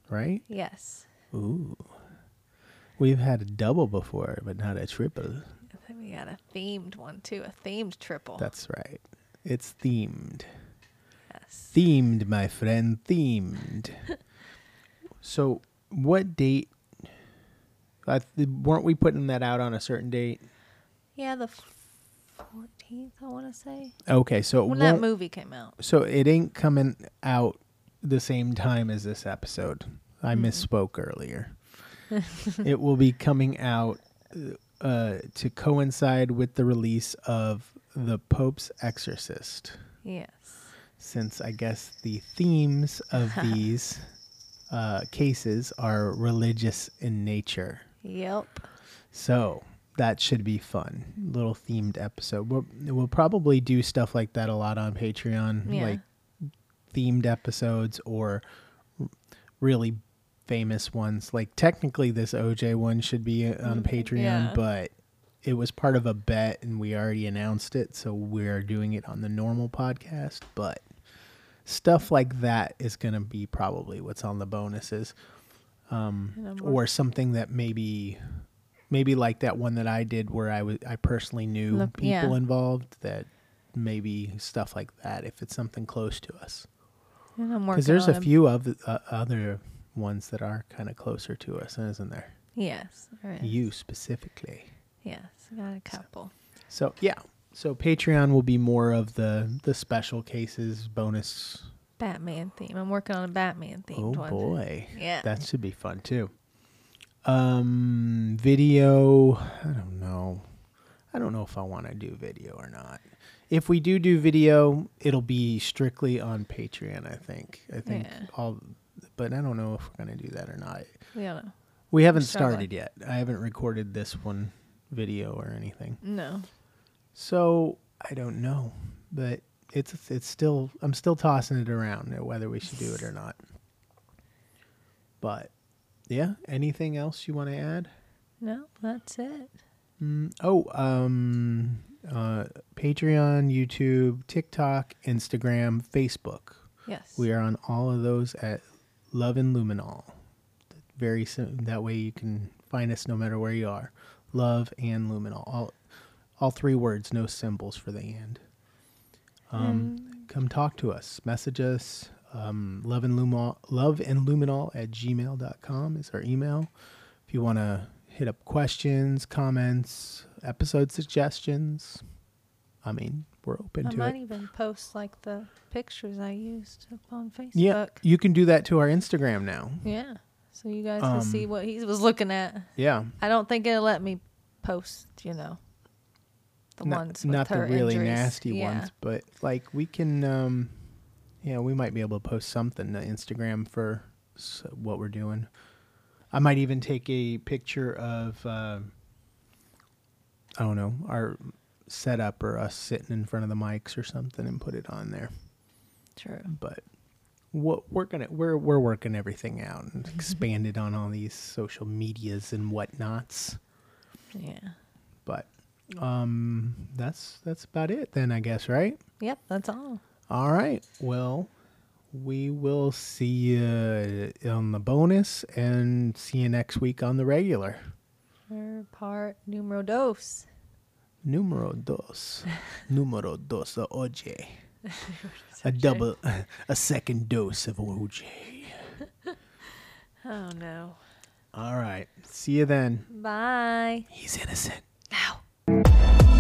Speaker 3: right?
Speaker 2: yes.
Speaker 3: Ooh, we've had a double before, but not a triple.
Speaker 2: I think we got a themed one too, a themed triple.
Speaker 3: That's right. It's themed,
Speaker 2: yes.
Speaker 3: themed, my friend, themed. so, what date? I th- weren't we putting that out on a certain date?
Speaker 2: Yeah, the 14th, I want to say.
Speaker 3: Okay, so it
Speaker 2: When
Speaker 3: won't,
Speaker 2: that movie came out.
Speaker 3: so it ain't coming out the same time as this episode. I misspoke earlier. it will be coming out uh, to coincide with the release of The Pope's Exorcist,
Speaker 2: Yes.
Speaker 3: since I guess the themes of these uh, cases are religious in nature.
Speaker 2: Yep.
Speaker 3: So that should be fun. Little themed episode. We'll, we'll probably do stuff like that a lot on Patreon,
Speaker 2: Yeah.
Speaker 3: like themed episodes or r- really famous ones. Like technically, this OJ one should be on Patreon,
Speaker 2: Mm, yeah.
Speaker 3: but it was part of a bet and we already announced it. So we're doing it on the normal podcast. But stuff like that is going to be probably what's on the bonuses Um,
Speaker 2: And I'm
Speaker 3: or something that maybe maybe like that one that I did where I was I personally knew
Speaker 2: Look-
Speaker 3: people
Speaker 2: yeah.
Speaker 3: involved that maybe stuff like that if it's something close to us
Speaker 2: And I'm working
Speaker 3: because there's
Speaker 2: on
Speaker 3: a few of uh, other ones that are kind of closer to us isn't there
Speaker 2: Yes. there is.
Speaker 3: you specifically
Speaker 2: Yes. I got a couple.
Speaker 3: so yeah so Patreon will be more of the the special cases bonus
Speaker 2: Batman theme. I'm working on a Batman themed
Speaker 3: oh
Speaker 2: one.
Speaker 3: boy
Speaker 2: Yeah.
Speaker 3: that should be fun too um video i don't know i don't know if i want to do video or not if we do do video it'll be strictly on patreon i think i think
Speaker 2: Yeah.
Speaker 3: all but i don't know if we're going to do that or not
Speaker 2: We don't know.
Speaker 3: we haven't
Speaker 2: struggling.
Speaker 3: started yet i haven't recorded this one video or anything
Speaker 2: No.
Speaker 3: so i don't know but it's it's still i'm still tossing it around uh, whether we should do it or not but yeah anything else you want to add
Speaker 2: No, that's it.
Speaker 3: Oh, um, uh, Patreon, YouTube, TikTok, Instagram, Facebook.
Speaker 2: Yes.
Speaker 3: We are on all of those at Love and Luminol. Very sim- that way you can find us no matter where you are. Love and Luminol, all, all three words, no symbols for the and. Um, come talk to us, message us. Um, love and luminol, love and luminol at gmail.com is our email. If you want to hit up questions, comments, episode suggestions, I mean, we're open
Speaker 2: I
Speaker 3: to
Speaker 2: might
Speaker 3: it.
Speaker 2: even post like the pictures I used up on Facebook.
Speaker 3: Yeah, you can do that to our Instagram now.
Speaker 2: Yeah. So you guys can
Speaker 3: Um,
Speaker 2: see what he was looking at.
Speaker 3: Yeah,
Speaker 2: I don't think it'll let me post, you know, the
Speaker 3: not,
Speaker 2: ones with
Speaker 3: not the
Speaker 2: her
Speaker 3: really
Speaker 2: injuries.
Speaker 3: nasty
Speaker 2: yeah.
Speaker 3: ones, but like we can, um, yeah, we might be able to post something to Instagram for s- what we're doing. I might even take a picture of, uh, I don't know, our setup or us sitting in front of the mics or something and put it on there.
Speaker 2: True.
Speaker 3: But what we're gonna we're we're working everything out and
Speaker 2: Mm-hmm.
Speaker 3: expanded on all these social medias and whatnots.
Speaker 2: Yeah.
Speaker 3: But um, that's that's about it then, I guess, right?
Speaker 2: Yep. That's all.
Speaker 3: All right. Well, we will see you on the bonus and see you next week on the regular.
Speaker 2: Her part numero dos.
Speaker 3: Numero dos. Numero dos a OJ. A double, a second dose of OJ.
Speaker 2: Oh no.
Speaker 3: All right. See you then.
Speaker 2: Bye.
Speaker 3: He's innocent.
Speaker 2: Now.